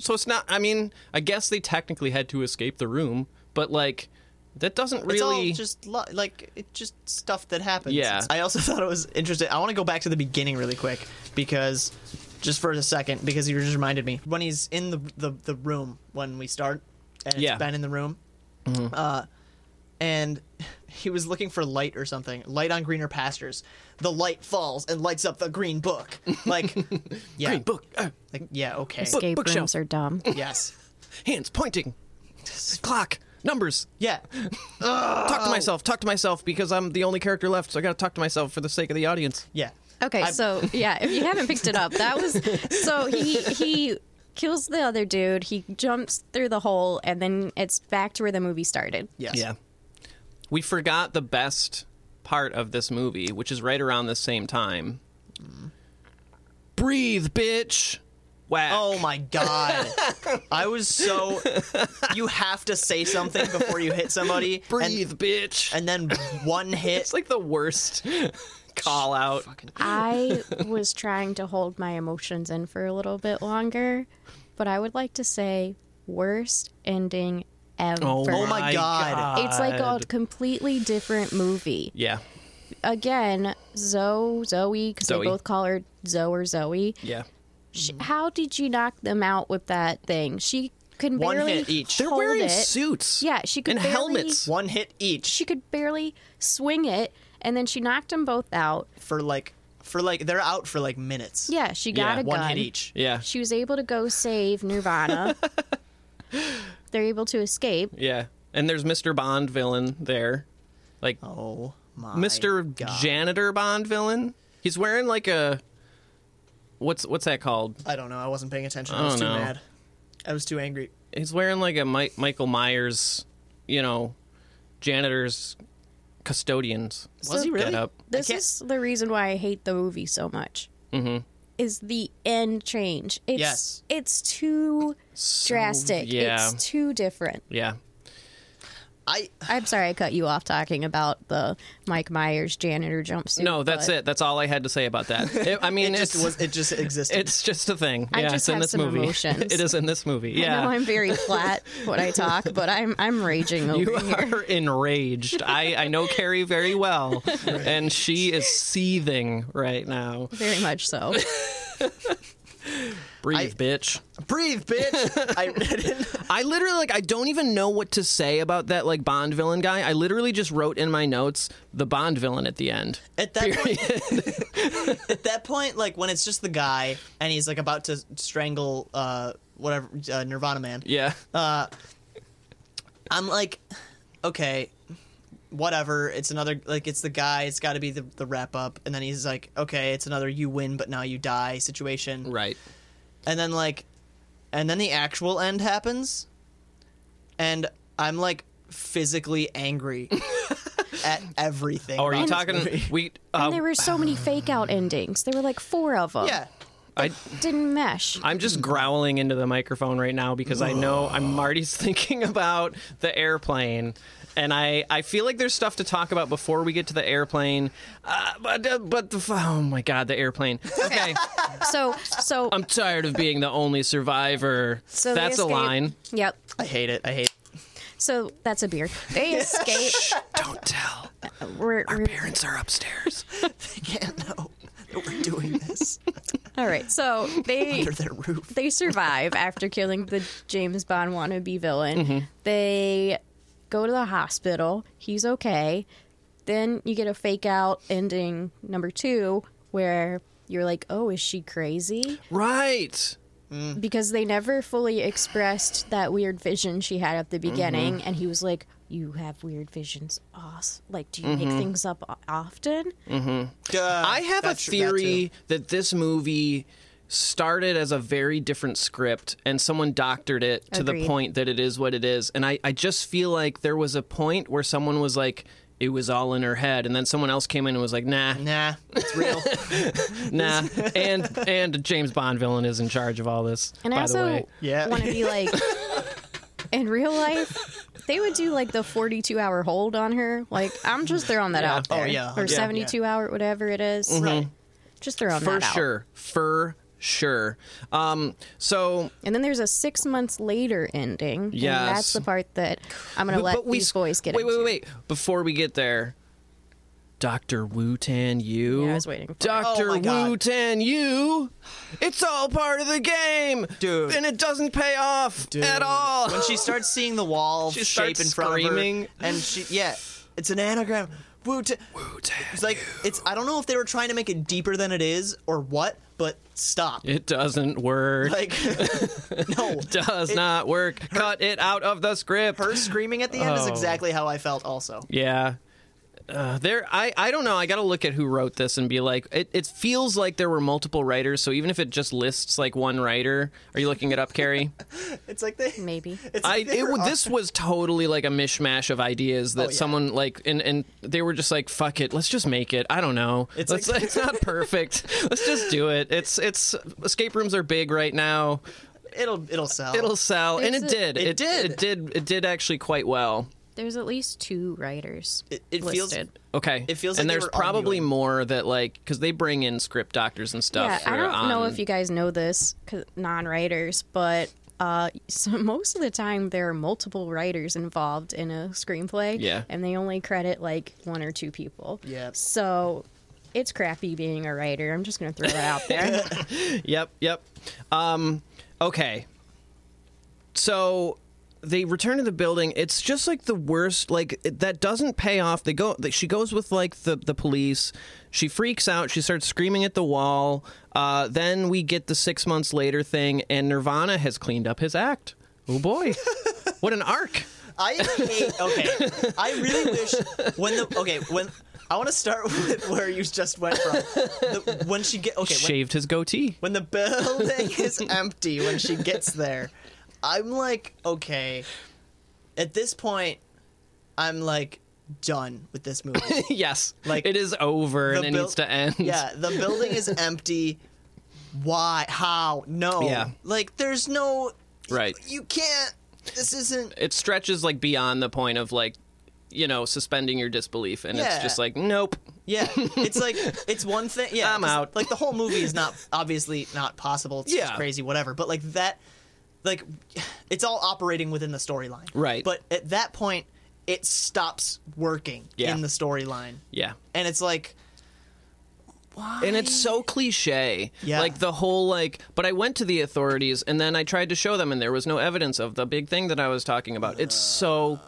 S1: So it's not. I mean, I guess they technically had to escape the room, but like. That doesn't
S3: It's
S1: really
S3: all just lo- like it just stuff that happens.
S1: Yeah.
S3: I also [laughs] thought it was interesting. I want to go back to the beginning really quick because just for a second because you just reminded me when he's in the the, the room when we start and it's
S1: Yeah. Mm-hmm.
S3: Ben in the room. Uh and [laughs] he was looking for light or something. Light on greener pastures. The light falls and lights up the green book.
S1: [laughs]
S3: Like yeah.
S1: Green book. uh,
S3: Like, yeah, okay.
S1: Book-
S2: Escape
S1: bookshelf.
S2: rooms are dumb.
S3: yes.
S1: hands pointing. Clock. Numbers.
S3: Yeah.
S1: Talk
S3: Oh.
S1: to myself. Talk to myself because I'm the only character left, so I gotta talk to myself for the sake of the audience. [laughs]
S3: Yeah.
S2: Okay,
S3: I'm-
S2: so yeah, if you haven't picked it up, that was so he he kills the other dude. He jumps through the hole, and then it's back to where the movie started.
S3: Yes.
S1: We forgot the best part of this movie, which is right around the same time. Breathe, bitch. Wow.
S3: Oh my [laughs] god. I was so you have to say something before you hit somebody.
S1: breathe, bitch.
S3: And, and then one hit. [laughs]
S1: it's like the worst [laughs] call out.
S2: I was trying to hold my emotions in for a little bit longer, but I would like to say worst ending ever.
S3: Oh my God.
S2: It's like a completely different movie.
S1: Yeah.
S2: Again, Zoe, Zoe, because they
S1: Zoe.
S2: both call her Zoe or Zoe.
S1: Yeah.
S2: She, how did you knock them out with that thing? She could
S3: One
S2: barely
S3: hit each.
S1: They're
S2: hold
S1: wearing
S2: it.
S1: suits.
S2: Yeah, she could
S1: and
S2: barely-
S1: helmets.
S3: one hit each
S2: She could barely swing it, and then she knocked them both out.
S3: for like for like they're out for like minutes.
S2: Yeah, she got
S1: Yeah,
S2: a
S3: One
S2: gun.
S3: hit each.
S1: Yeah.
S2: She was able to go save
S3: [laughs]
S2: Nirvana. They're able to escape.
S1: Yeah. And there's Mr. Bond villain there. Like
S3: Oh my
S1: Mr.
S3: God.
S1: Janitor Bond villain. He's wearing like a what's what's that called?
S3: I don't know. I wasn't paying attention. I was
S1: don't
S3: too
S1: know.
S3: mad. I was too angry.
S1: He's wearing like a Mi- Michael Myers, you know, janitor's custodians.
S3: Was he really?
S1: Get up.
S2: This
S3: can't-
S2: is the reason why I hate the movie so much. Mm-hmm. Is the end change? It's,
S3: Yes.
S2: It's too drastic.
S1: yeah.
S2: It's too different.
S1: Yeah.
S3: I
S2: I'm sorry I cut you off talking about the Mike Myers janitor jumpsuit.
S1: No, that's
S2: but
S1: it. That's all I had to say about
S2: [laughs]
S1: that. It, I mean,
S3: it
S1: it's
S3: just was it just [laughs] existed.
S1: it's just a thing.
S2: I
S1: yeah,
S2: just
S1: it's in
S2: have
S1: this
S2: some
S1: movie. [laughs]
S2: emotions.
S1: it is in this movie.
S2: I
S1: Yeah.
S2: know I'm very flat when I
S1: [laughs]
S2: talk, but I'm I'm raging over
S1: you
S2: here.
S1: are enraged. I, I know Carrie very
S2: [laughs]
S1: well, and she is seething right now.
S2: Very
S1: [laughs]
S2: much so.
S1: Breathe, bitch.
S3: Breathe, [laughs] bitch. I didn't.
S1: I literally like I don't even know what to say about that like Bond villain guy. I literally just wrote in my notes the Bond villain at the end.
S3: At that point, at that point, like when it's just the guy and he's like about to strangle uh whatever uh, Nirvana man.
S1: Yeah.
S3: I'm like, okay, whatever. It's another like it's the guy. It's got to be the the wrap up, and then he's like, okay, it's another you win but now you die situation.
S1: right.
S3: And then like, and then the actual end happens, and I'm like physically
S1: [laughs]
S3: angry at everything.
S1: Oh, are you
S3: about this
S1: talking?
S3: movie.
S1: We.
S2: And
S1: Uh,
S2: there were so many fake out endings. There were like four of them.
S3: Yeah.
S1: I,
S2: Didn't mesh.
S1: I'm just growling into the microphone right now because I know [sighs] I'm Marty's thinking about the airplane, and I, I feel like there's stuff to talk about before we get to the airplane. Uh, but uh, but the, oh my god, the airplane. Okay,
S2: So
S1: [laughs]
S2: so
S1: I'm tired of being the only survivor.
S2: so they
S1: Um, that's a
S2: escape-
S1: line.
S2: Yep.
S3: I hate it. I hate. It.
S2: So that's a beer.
S1: [laughs]
S2: They escape.
S1: Don't tell.
S2: We're, we're-
S1: Parents are upstairs.
S3: They can't know that we're doing this
S2: all right. So they
S3: under their roof.
S2: they survive after killing the James Bond wannabe villain. They go to the hospital. He's okay. Then you get a fake out ending number two where you're like, oh, is she crazy?
S1: Right.
S2: Because they never fully expressed that weird vision she had at the beginning. And he was like, you have weird visions. Awesome. Like, do you make things up o- often?
S3: Duh.
S1: I have a
S3: That's true, that
S1: theory that, this movie started as a very different script and someone doctored it to
S2: Agreed.
S1: the point that it is what it is. And I, I just feel like there was a point where someone was like, it was all in her head, and then someone else came in and was like,
S3: [laughs]
S1: "Nah,
S3: too. Nah, it's
S1: [laughs]
S3: real.
S1: nah," and and a James Bond villain is in charge of all this.
S2: And
S1: by the
S2: I also
S1: way,
S3: Yeah.
S2: want to be
S3: [laughs]
S2: like, in real life, they would do like the 42 hour hold on her. Like, I'm just throwing that out
S3: Oh,
S2: there.
S3: yeah,
S2: Or
S3: yeah,
S2: 72 hour, whatever it is. Just throwing
S1: Mm-hmm. for
S2: that out.
S1: sure, for sure. Um, so
S2: And then there's a six months later ending. and
S1: Yes.
S2: that's the part that I'm going to let these
S1: s-
S2: boys get
S1: wait,
S2: into.
S1: Wait, wait, wait. Before we get there, Dr. Wu Tan Yu.
S2: Yeah, I was waiting for it.
S1: Dr.
S3: Oh my God.
S1: Wu Tan Yu. It's all part of the game.
S3: Dude.
S1: And it doesn't pay off at all.
S3: When she starts seeing the wall
S1: She
S3: shape
S1: starts
S3: in front of
S1: screaming.
S3: her, and she yeah, it's an anagram. Wu Tan. It's like it's. I don't know if they were trying to make it deeper than it is or what, but stop.
S1: it doesn't work. [laughs]
S3: Like no,
S1: Does
S3: it-
S1: not work. Cut it out of the script.
S3: Her screaming at the end is
S1: Oh.
S3: exactly how I felt. Also,
S1: Yeah. Uh, there, I, I don't know. I got to look at who wrote this and be like, it, it feels like there were multiple writers. So even if it just lists like one writer, are you looking it up, Carrie?
S3: it's like they
S2: Maybe.
S1: [laughs]
S3: It's
S1: I
S3: like they
S1: it,
S3: were
S1: w- this was totally like a mishmash of ideas that
S3: Oh, yeah.
S1: someone like and and they were just like fuck it let's just make it I don't know it's let's,
S3: It's
S1: [laughs]
S3: like-
S1: it's not perfect let's just do it it's it's escape rooms are big right now
S3: It'll it'll sell.
S1: it'll sell and it
S2: It's a-
S1: did
S3: It did.
S1: it did it did actually quite well
S2: There's at least two writers.
S3: It, it feels.
S2: listed.
S1: okay
S3: It feels
S1: and
S3: like they
S1: there's
S3: were
S1: probably
S3: arguing.
S1: more that like because they bring in script doctors and stuff
S2: Yeah,
S1: for, um,
S2: I don't know
S1: on-
S2: if you guys know this, 'cause- non-writers, but uh, so [laughs] most of the time there are multiple writers involved in a screenplay.
S1: Yeah.
S2: and they only credit like one or two people.
S3: Yep.
S2: So it's crappy being a writer. I'm just gonna throw that out
S3: [laughs]
S2: there.
S1: Yep, yep. Um, okay. So they return to the building. It's just like the worst. Like it, that doesn't pay off. They go. They, she goes with like the the police. She freaks out. She starts screaming at the wall. Uh, then we get the six months later thing, and Nirvana has cleaned up his act. Oh
S3: [laughs]
S1: boy, what an arc!
S3: I hate. Okay, I really wish when the okay when I want to start [laughs] with where you just went from. The, when she get okay when,
S1: Shaved his goatee.
S3: when the building [laughs] is empty when she gets there, I'm like okay. At this point, I'm like done with this
S1: [laughs]
S3: movie.
S1: yes, like
S3: Like,
S1: it is over and it
S3: buil-
S1: needs to end.
S3: Yeah, the
S1: [laughs]
S3: building is empty. Why? How? No.
S1: Yeah.
S3: Like there's no
S1: Right.
S3: You can't this isn't
S1: It stretches like beyond the point of like, you know, suspending your disbelief, and it's
S3: Yeah.
S1: just like, nope.
S3: Yeah, it's like it's one thing. Yeah,
S1: I'm
S3: 'cause,
S1: out.
S3: Like the whole movie
S1: [laughs]
S3: is not obviously not possible. It's just
S1: Yeah.
S3: crazy, whatever. But like that, like it's all operating within the storyline,
S1: Right.
S3: But at that point, it stops working
S1: Yeah.
S3: in the storyline,
S1: Yeah.
S3: and it's like,
S1: And it's so cliche.
S3: Yeah.
S1: Like the whole like but I went to the authorities and then I tried to show them and there was no evidence of the big thing that I was talking about. It's so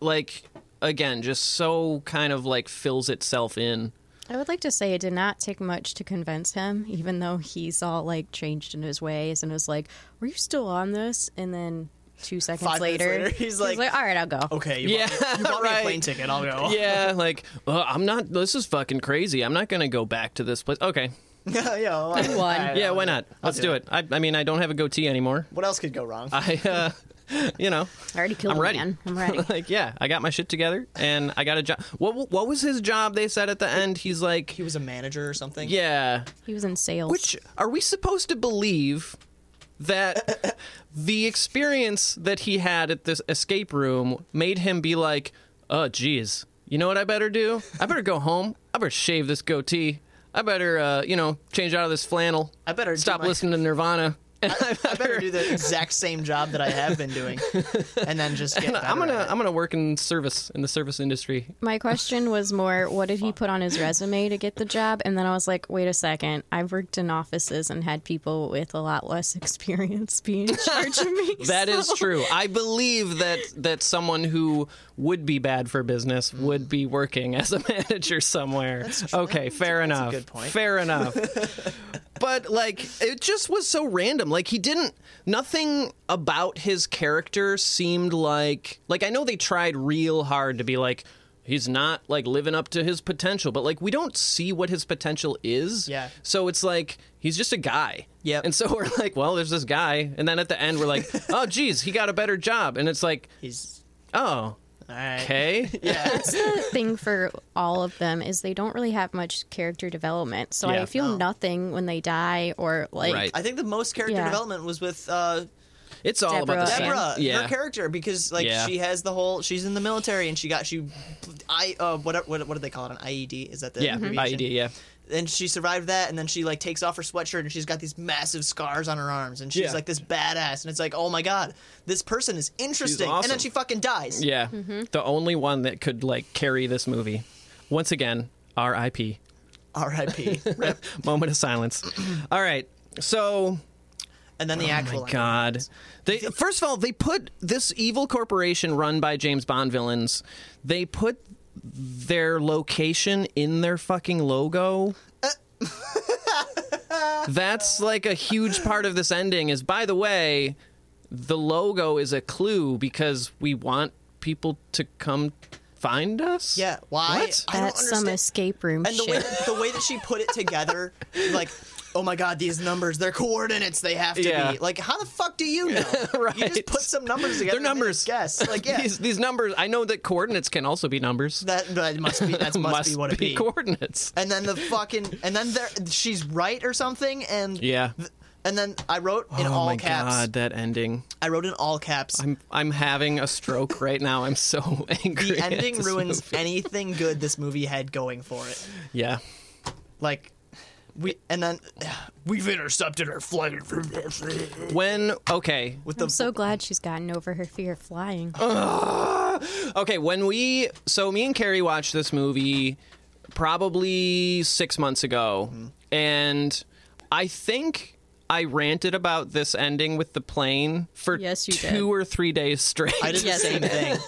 S1: like again, just so kind of like fills itself in.
S2: I would like to say it did not take much to convince him, even though he's all like changed in his ways and was like, "Were you still on this?" And then two seconds
S3: Five minutes
S2: later,
S3: later, [laughs] he's like-
S2: "All right, I'll go."
S3: okay, you
S1: Yeah,
S3: bought, me, you bought me
S1: [laughs]
S3: a
S1: right.
S3: plane ticket. I'll go.
S1: Yeah, like well, I'm not this is fucking crazy. I'm not going to go back to this place. Okay.
S3: [laughs] yeah, yeah. well,
S2: Good one.
S3: all right,
S1: Yeah,
S3: I'll
S1: why
S3: do it.
S1: not? Let's do it. I I mean, I don't have a goatee anymore. [laughs]
S3: What else could go wrong?
S1: I uh [laughs] you know,
S2: I already killed
S1: I'm
S2: a
S1: ready.
S2: man.
S1: [laughs]
S2: I'm ready.
S1: like yeah, I got my shit together and I got a job. What what was his job? They said at the end, he's like,
S3: he was a manager or something.
S1: yeah.
S2: he was in sales.
S1: Which are we supposed to believe that the experience that he had at this escape room made him be like, oh geez, you know what I better do? I better go home. I better shave this goatee. I better uh, you know change out of this flannel.
S3: I better do
S1: stop
S3: my-
S1: listening to Nirvana. And
S3: [laughs] I better do the exact same job that I have been
S1: [laughs]
S3: doing, and then just get.
S1: I'm
S3: better
S1: gonna
S3: at it.
S1: I'm gonna work in service in the service industry
S2: My question was more, what did he put on his resume to get the job? And then I was like, wait a second, I've worked in offices and had people with a lot less [laughs] experience be in charge of me.
S1: [laughs] That is true. I believe that that someone who would be bad for business
S3: Mm.
S1: would be working as a [laughs] manager somewhere. Okay, fair
S3: that's a
S1: enough.
S3: good point.
S1: Fair
S3: [laughs]
S1: enough. but like it just was so random. Like he didn't nothing about his character seemed like like I know they tried real hard to be like he's not like living up to his potential, but like we don't see what his potential is.
S3: Yeah.
S1: So it's like he's just a guy.
S3: Yep.
S1: And so [laughs] we're like, well, there's this guy, and then at the end we're
S3: [laughs]
S1: like, oh, geez, he got a better job, and it's like,
S3: He's
S1: oh,
S3: all right. [laughs]
S1: okay,
S3: Yeah.
S2: the thing for all of them is they don't really have much character development. So
S1: Yeah.
S2: I feel nothing when they die or like
S1: Right.
S3: I think the most character
S2: Yeah.
S3: development was with uh,
S1: it's all about the
S2: Deborah.
S1: same.
S3: Deborah,
S1: Yeah.
S3: her character, because like
S1: Yeah.
S3: she has the whole. She's in the military, and she got she, I uh, what what what do they call it? An IED? Is that the
S1: yeah, E
S3: abbreviation?
S1: IED, yeah.
S3: And she survived that, and then she like takes off her sweatshirt, and she's got these massive scars on her arms, and she's
S1: Yeah.
S3: like this badass, and it's like, oh my god, this person is interesting, and then
S1: awesome.
S3: she fucking dies.
S1: Yeah.
S3: Mm-hmm.
S1: The only one that could like carry this movie. Once again, R.I.P.
S3: R.I.P. Rip.
S1: [laughs] Moment of
S3: [clears throat]
S1: silence. all right. So
S3: and then the actual
S1: Oh my god they first of all they put this evil corporation run by james bond villains they put their location in their fucking
S3: [laughs]
S1: logo that's like a huge part of this ending is by the way the logo is a clue because we want people to come find us
S3: Yeah, why?
S1: What?
S3: I don't
S2: that's some
S3: understand.
S2: escape room
S3: And the
S2: shit.
S3: way the way that she put it together, like, oh my god, these numbers, they're coordinates, they have to
S1: Yeah.
S3: be. Like, how the fuck do you know?
S1: [laughs] Right.
S3: You just put some numbers together.
S1: They're
S3: and then
S1: numbers.
S3: Guess. Like, yeah.
S1: these, these numbers i know that coordinates can also be numbers
S3: that, that must be
S1: [laughs]
S3: that must, be what it be.
S1: coordinates
S3: and then the fucking and then there she's right or something and
S1: yeah
S3: and then I wrote in
S1: oh
S3: all
S1: my
S3: caps.
S1: god, that ending.
S3: I wrote in all caps.
S1: I'm [laughs] I'm having a stroke right now. I'm so [laughs] angry.
S3: the
S1: at
S3: ending
S1: this
S3: ruins
S1: movie.
S3: anything good this movie had going for it.
S1: Yeah.
S3: Like we and then [sighs] we've intercepted her flight from this.
S1: When okay,
S3: with
S2: I'm
S3: the
S2: so glad she's gotten over her fear of flying.
S1: Uh, okay, when we so me and Carrie watched this movie probably six months ago,
S3: Mm-hmm.
S1: and I think I ranted about this ending with the plane for
S2: Yes, you
S1: two
S2: did.
S1: or three days straight.
S3: I did
S2: Yes,
S3: the same
S2: it
S3: thing.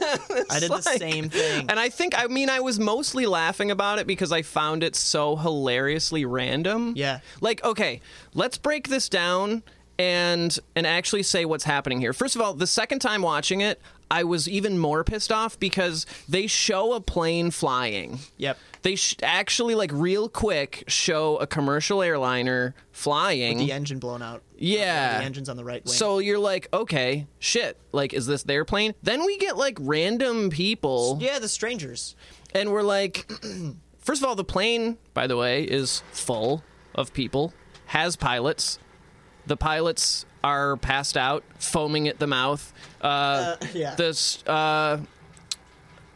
S3: I did the
S1: like- [laughs]
S3: same thing.
S1: And I think I mean I was mostly laughing about it because I found it so hilariously random.
S3: Yeah.
S1: Like okay, let's break this down and and actually say what's happening here. First of all, the second time watching it, I was even more pissed off because they show a plane flying.
S3: Yep.
S1: They sh- actually like real quick show a commercial airliner flying.
S3: The engine blown out.
S1: Yeah.
S3: The engine's on the right wing.
S1: So you're like, okay, shit. Like, is this their plane? Then we get like random people
S3: yeah, the strangers.
S1: and we're like [clears throat] first of all the plane by the way is full of people has pilots The pilots are passed out, foaming at the mouth. Uh,
S3: yeah.
S1: this uh,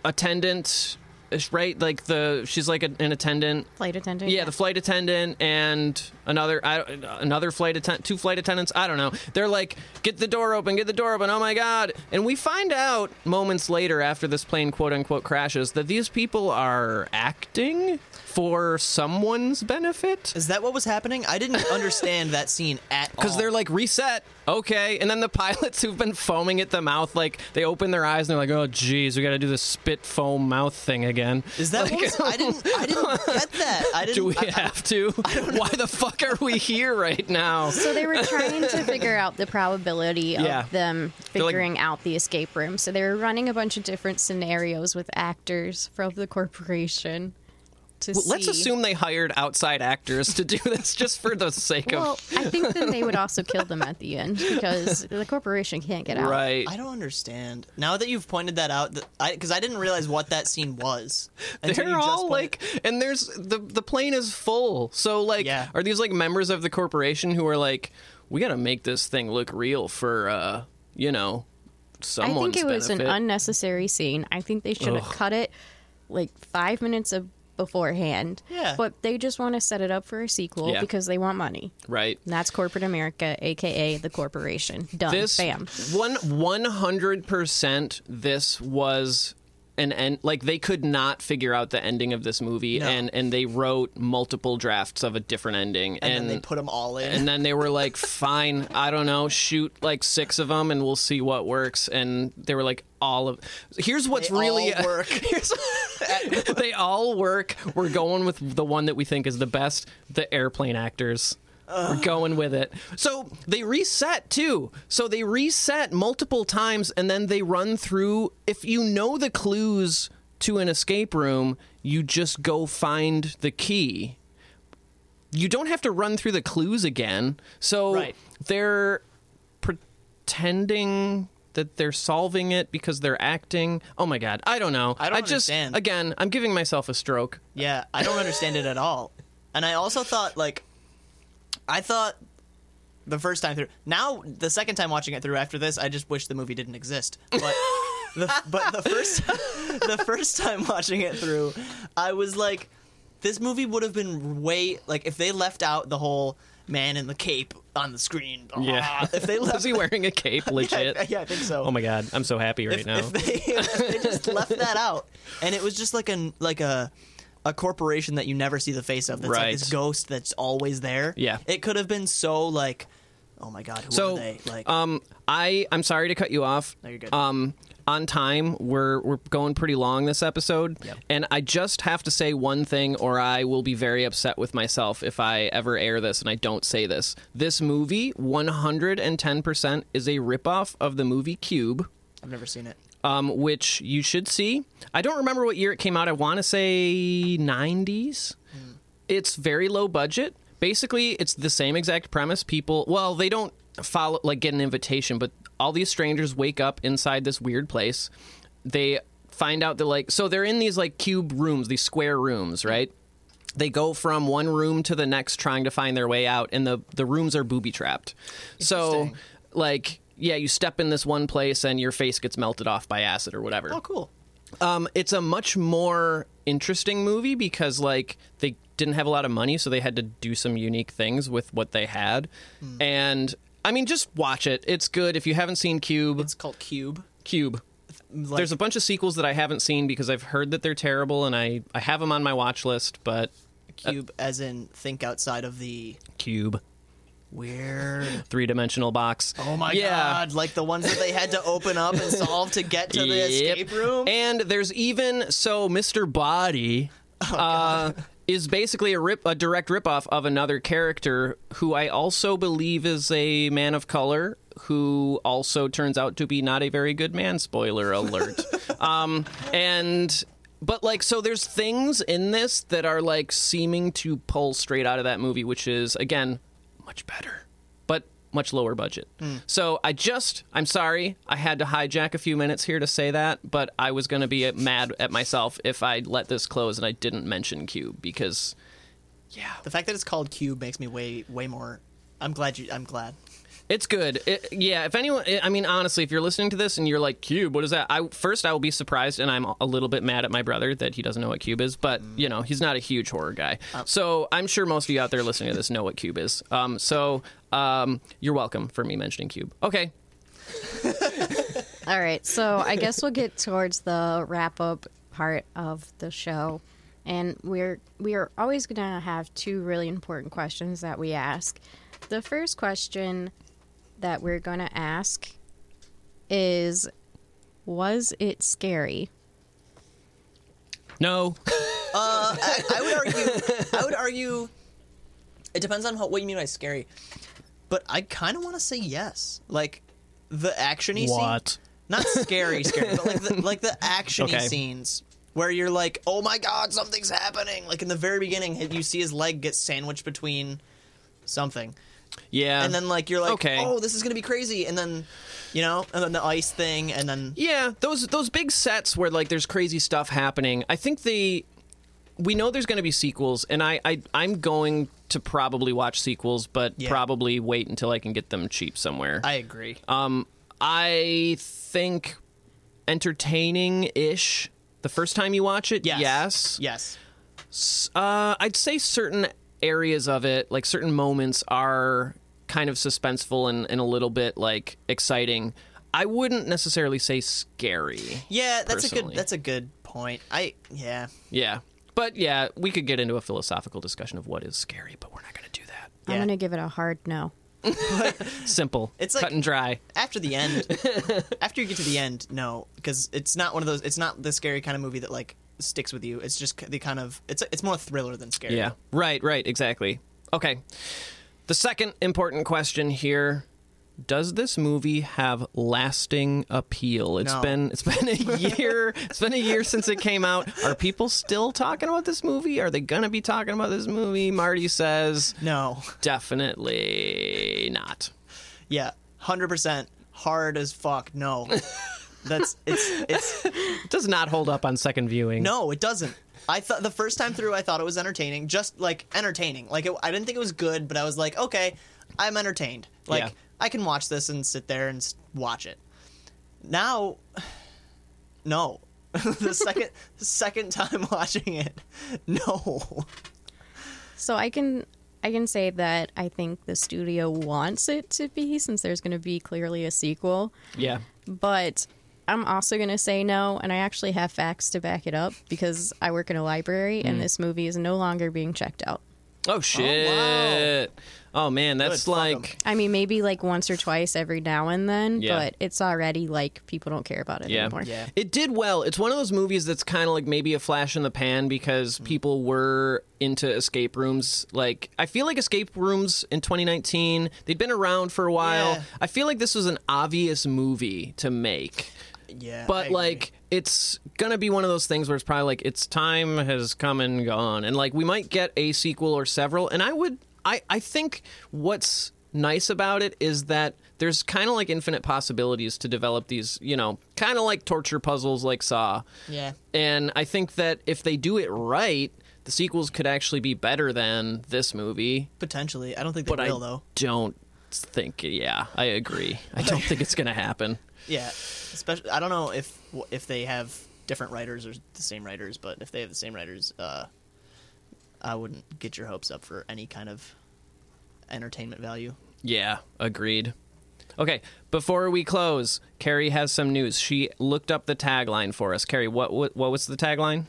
S1: attendant, is right? Like the she's like an an attendant.
S2: Flight attendant.
S1: Yeah, the flight attendant and another I, another flight attendant, two flight attendants. I don't know. They're like, get the door open, get the door open. Oh my god! And we find out moments later, after this plane quote unquote crashes, that these people are acting for someone's benefit.
S3: Is that what was happening? I didn't understand that scene
S1: [laughs]
S3: at all.
S1: Because they're like reset, okay, and then the [laughs] pilots who've been foaming at the mouth, like they open their eyes and they're like, "Oh, geez, we got to do the spit foam mouth thing again."
S3: Is that
S1: Like,
S3: what was, I didn't
S1: [laughs]
S3: I didn't get that. I didn't
S1: do we
S3: I- I-
S1: have to? Why the fuck are we here right
S3: [laughs]
S1: now?
S2: So they were
S1: [laughs]
S2: trying to figure out the probability of
S1: Yeah.
S2: them
S1: like-
S2: figuring out the escape room. So they were running a bunch of different scenarios with actors from the corporation to
S1: Well, Let's
S2: see-
S1: assume they hired outside actors to do [laughs] this just for the sake
S2: Well,
S1: of
S2: I think then they would also kill them at the
S1: [laughs]
S2: end because the corporation can't get out.
S1: right.
S3: I don't understand. Now that you've pointed that out, because I, 'cause I didn't realize what that scene was.
S1: [laughs]
S3: until
S1: They're
S3: you just
S1: all
S3: pointed-
S1: like, and there's the the plane is full. So like,
S3: Yeah.
S1: are these like members of the corporation who are like, we gotta make this thing look real for uh, you know,
S2: I
S1: someone's
S2: think it was an
S1: benefit.
S2: unnecessary scene. I think they should have
S1: Ugh.
S2: cut it like five minutes of beforehand.
S3: Yeah.
S2: But they just want to set it up for a sequel
S1: Yeah.
S2: because they want money.
S1: right.
S2: And that's corporate America, aka the corporation. Done.
S1: This
S2: Bam.
S1: one one hundred percent. This was an end. Like they could not figure out the ending of this movie,
S3: No.
S1: and and they wrote multiple drafts of a different ending,
S3: and, then they put them all in.
S1: and then they were like fine i don't know shoot like six of them and we'll see what works and they were like all of here's what's
S3: They all
S1: really uh, [laughs]
S3: work.
S1: here's- [laughs] they all work we're going with the one that we think is the best the airplane actors we're going with it. So they reset too. So they reset multiple times and then they run through. If you know the clues to an escape room, you just go find the key you don't have to run through the clues again. So
S3: Right.
S1: they're pretending that they're solving it because they're acting. Oh my god, I don't know.
S3: I don't
S1: just
S3: understand.
S1: again, I'm giving myself a stroke.
S3: Yeah, I don't understand it at all. And I also thought like I thought the first time through. Now the second time watching it through after this, I just wish the movie didn't exist. But the but the first [laughs] the first time watching it through, I was like this movie would have been way like if they left out the whole man in the cape on the screen.
S1: Yeah.
S3: [laughs] Ah, If they
S1: [laughs] Is
S3: left
S1: he wearing a cape legit?
S3: [laughs] yeah, I think so
S1: Oh my god, I'm so happy right
S3: if,
S1: now.
S3: if [laughs] they, if they just
S1: [laughs]
S3: left that out, and it was just like an like a a corporation that you never see the face of. That's
S1: Right.
S3: like this ghost that's always there.
S1: Yeah.
S3: it could have been so like, oh my god, who
S1: so
S3: are they? Like,
S1: um I I'm sorry to cut you off.
S3: No, you're good.
S1: Um on time, we're we're going pretty long this episode,
S3: Yep.
S1: and I just have to say one thing, or I will be very upset with myself if I ever air this and I don't say this. This movie, one hundred and ten percent, is a ripoff of the movie Cube,
S3: I've never seen it.
S1: um, which you should see. I don't remember what year it came out. I want to say nineties it's very low budget. Basically, it's the same exact premise. People, well, they don't follow like get an invitation, but all these strangers wake up inside this weird place. They find out that like so they're in these like cube rooms, these square rooms, right? They go from one room to the next trying to find their way out and the the rooms are booby trapped. So
S3: Interesting.
S1: like yeah, you step in this one place and your face gets melted off by acid or whatever
S3: Oh, cool.
S1: um, it's a much more interesting movie because like they didn't have a lot of money, so they had to do some unique things with what they had.
S3: Hmm.
S1: And I mean, just watch it. It's good if you haven't seen Cube.
S3: It's called Cube.
S1: Cube.
S3: Like,
S1: There's a uh, bunch of sequels that I haven't seen because I've heard that they're terrible, and I I have them on my watch list. But
S3: cube as in think outside of the
S1: Cube, [laughs]
S3: weird.
S1: three dimensional box.
S3: Oh my
S1: Yeah.
S3: god! Like the ones that they had to open up and solve to get to
S1: [laughs]
S3: the
S1: Yep.
S3: escape room.
S1: And there's even so Mr. Body
S3: Oh,
S1: uh, is basically a rip a direct ripoff of another character who I also believe is a man of color who also turns out to be not a very good man. Spoiler
S3: [laughs]
S1: alert. um, and but like so there's things in this that are like seeming to pull straight out of that movie which is again much better but much lower budget. So I just, I'm sorry, I had to hijack a few minutes here to say that, but I was going to be mad at myself if I let this close and I didn't mention Cube because, yeah,
S3: the fact that it's called Cube makes me way way more. I'm glad you. I'm glad.
S1: It's good. It, yeah, if anyone, I mean, honestly, if you're listening to this and you're like, Cube, what is that? I First, I will be surprised and I'm a little bit mad at my brother that he doesn't know what Cube is, but,
S3: Mm.
S1: you know, he's not a huge horror guy.
S3: Oh.
S1: so I'm sure most of you out there listening to this know what Cube is. Um, so um, you're welcome for me mentioning Cube. Okay.
S2: All right, so I guess we'll get towards the wrap up part of the show, and we're we are always going to have two really important questions that we ask. The first question that we're going to ask is, was it scary?
S1: No.
S3: I, I would argue. I would argue. It depends on how, what you mean by scary, but I kind of want to say yes. Like the actiony
S1: What?
S3: scene, not scary, scary, but
S1: [laughs]
S3: like the, like the actiony
S1: Okay.
S3: scenes where you're like, oh my god, something's happening. Like in the very beginning, you see his leg get sandwiched between something,
S1: Yeah.
S3: and then like you're like,
S1: Okay.
S3: oh, this is gonna be crazy, and then you know, and then the ice thing, and then
S1: Yeah, those those big sets where like there's crazy stuff happening. I think they we know there's going to be sequels, and I, I I'm going to probably watch sequels, but
S3: Yeah.
S1: probably wait until I can get them cheap somewhere.
S3: I agree.
S1: um, I think entertaining ish. The first time you watch it, yes,
S3: yes, yes.
S1: uh, I'd say certain areas of it, like certain moments, are kind of suspenseful and, and a little bit like exciting. I wouldn't necessarily say scary.
S3: Yeah, that's a
S1: personally.
S3: good. That's a good point. I yeah.
S1: Yeah. But yeah, we could get into a philosophical discussion of what is scary, but we're not going to do that.
S3: Yeah.
S2: I'm going to give it a hard no.
S1: Simple.
S3: [laughs] It's
S1: cut
S3: like-
S1: and dry.
S3: after the end after you get to the end no because it's not one of those it's not the scary kind of movie that like sticks with you it's just the kind of it's it's more thriller than scary
S1: Yeah. Right, right, exactly. Okay. The second important question here, does this movie have lasting appeal? It's
S3: No.
S1: been it's been
S3: [laughs]
S1: a year. it's been a year since it came out. Are people still talking about this movie? Are they going to be talking about this movie? Marty says
S3: no [laughs]
S1: definitely not.
S3: yeah 100% hard as fuck no that's it's it's
S1: It does not hold up on second viewing.
S3: no it doesn't i thought the first time through i thought it was entertaining just like entertaining like it, i didn't think it was good but i was like okay i'm entertained like
S1: Yeah.
S3: i can watch this and sit there and s- watch it now no [laughs] the second second time [laughs] watching it no
S2: So I can I can say that I think the studio wants it to be since there's going to be clearly a sequel,
S1: Yeah.
S2: but I'm also going to say no and I actually have facts to back it up because I work in a library
S1: Mm.
S2: and this movie is no longer being checked out.
S1: Oh shit! Oh, man, that's
S3: Good, fuck 'em.
S1: like
S2: I mean maybe like once or twice every now and then,
S1: Yeah.
S2: but it's already like people don't care about it
S1: yeah.
S2: anymore.
S3: Yeah.
S1: It did well. It's one of those movies that's kind of like maybe a flash in the pan because
S3: Mm-hmm.
S1: people were into escape rooms. Like I feel like escape rooms in 2019 they'd been around for a while.
S3: Yeah.
S1: I feel like this was an obvious movie to make.
S3: yeah I
S1: but
S3: agree.
S1: like it's gonna be one of those things where it's probably like its time has come and gone and like we might get a sequel or several and i would i i think what's nice about it is that there's kind of like infinite possibilities to develop these you know kind of like torture puzzles like saw
S3: yeah
S1: and i think that if they do it right the sequels could actually be better than this movie
S3: potentially i don't think they
S1: but
S3: will
S1: i
S3: though
S1: don't think yeah i agree i don't think it's gonna happen
S3: yeah especially i don't know if if they have different writers or the same writers but if they have the same writers uh i wouldn't get your hopes up for any kind of entertainment value
S1: Yeah, agreed. Okay, before we close, Carrie has some news. She looked up the tagline for us. Carrie, what what, what was the tagline?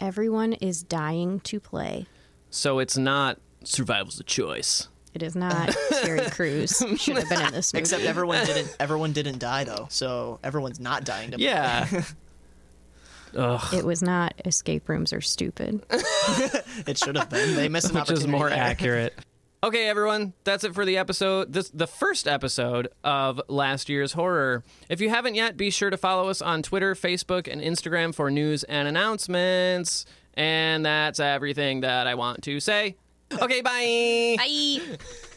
S2: Everyone is dying to play.
S1: So it's not survival's a choice.
S2: It is
S1: [laughs]
S2: not Terry Crews should have been in this movie.
S3: except everyone didn't everyone didn't die though so everyone's not dying to
S1: Yeah. [laughs] Ugh,
S2: it was not escape rooms are stupid.
S3: it should have been they missed
S1: [laughs]
S3: an
S1: which
S3: opportunity
S1: is more
S3: there.
S1: accurate. Okay, everyone, that's it for the episode. This the first episode of last year's horror. If you haven't yet, be sure to follow us on Twitter, Facebook, and Instagram for news and announcements. And that's everything that I want to say. Okay, bye.
S2: Bye.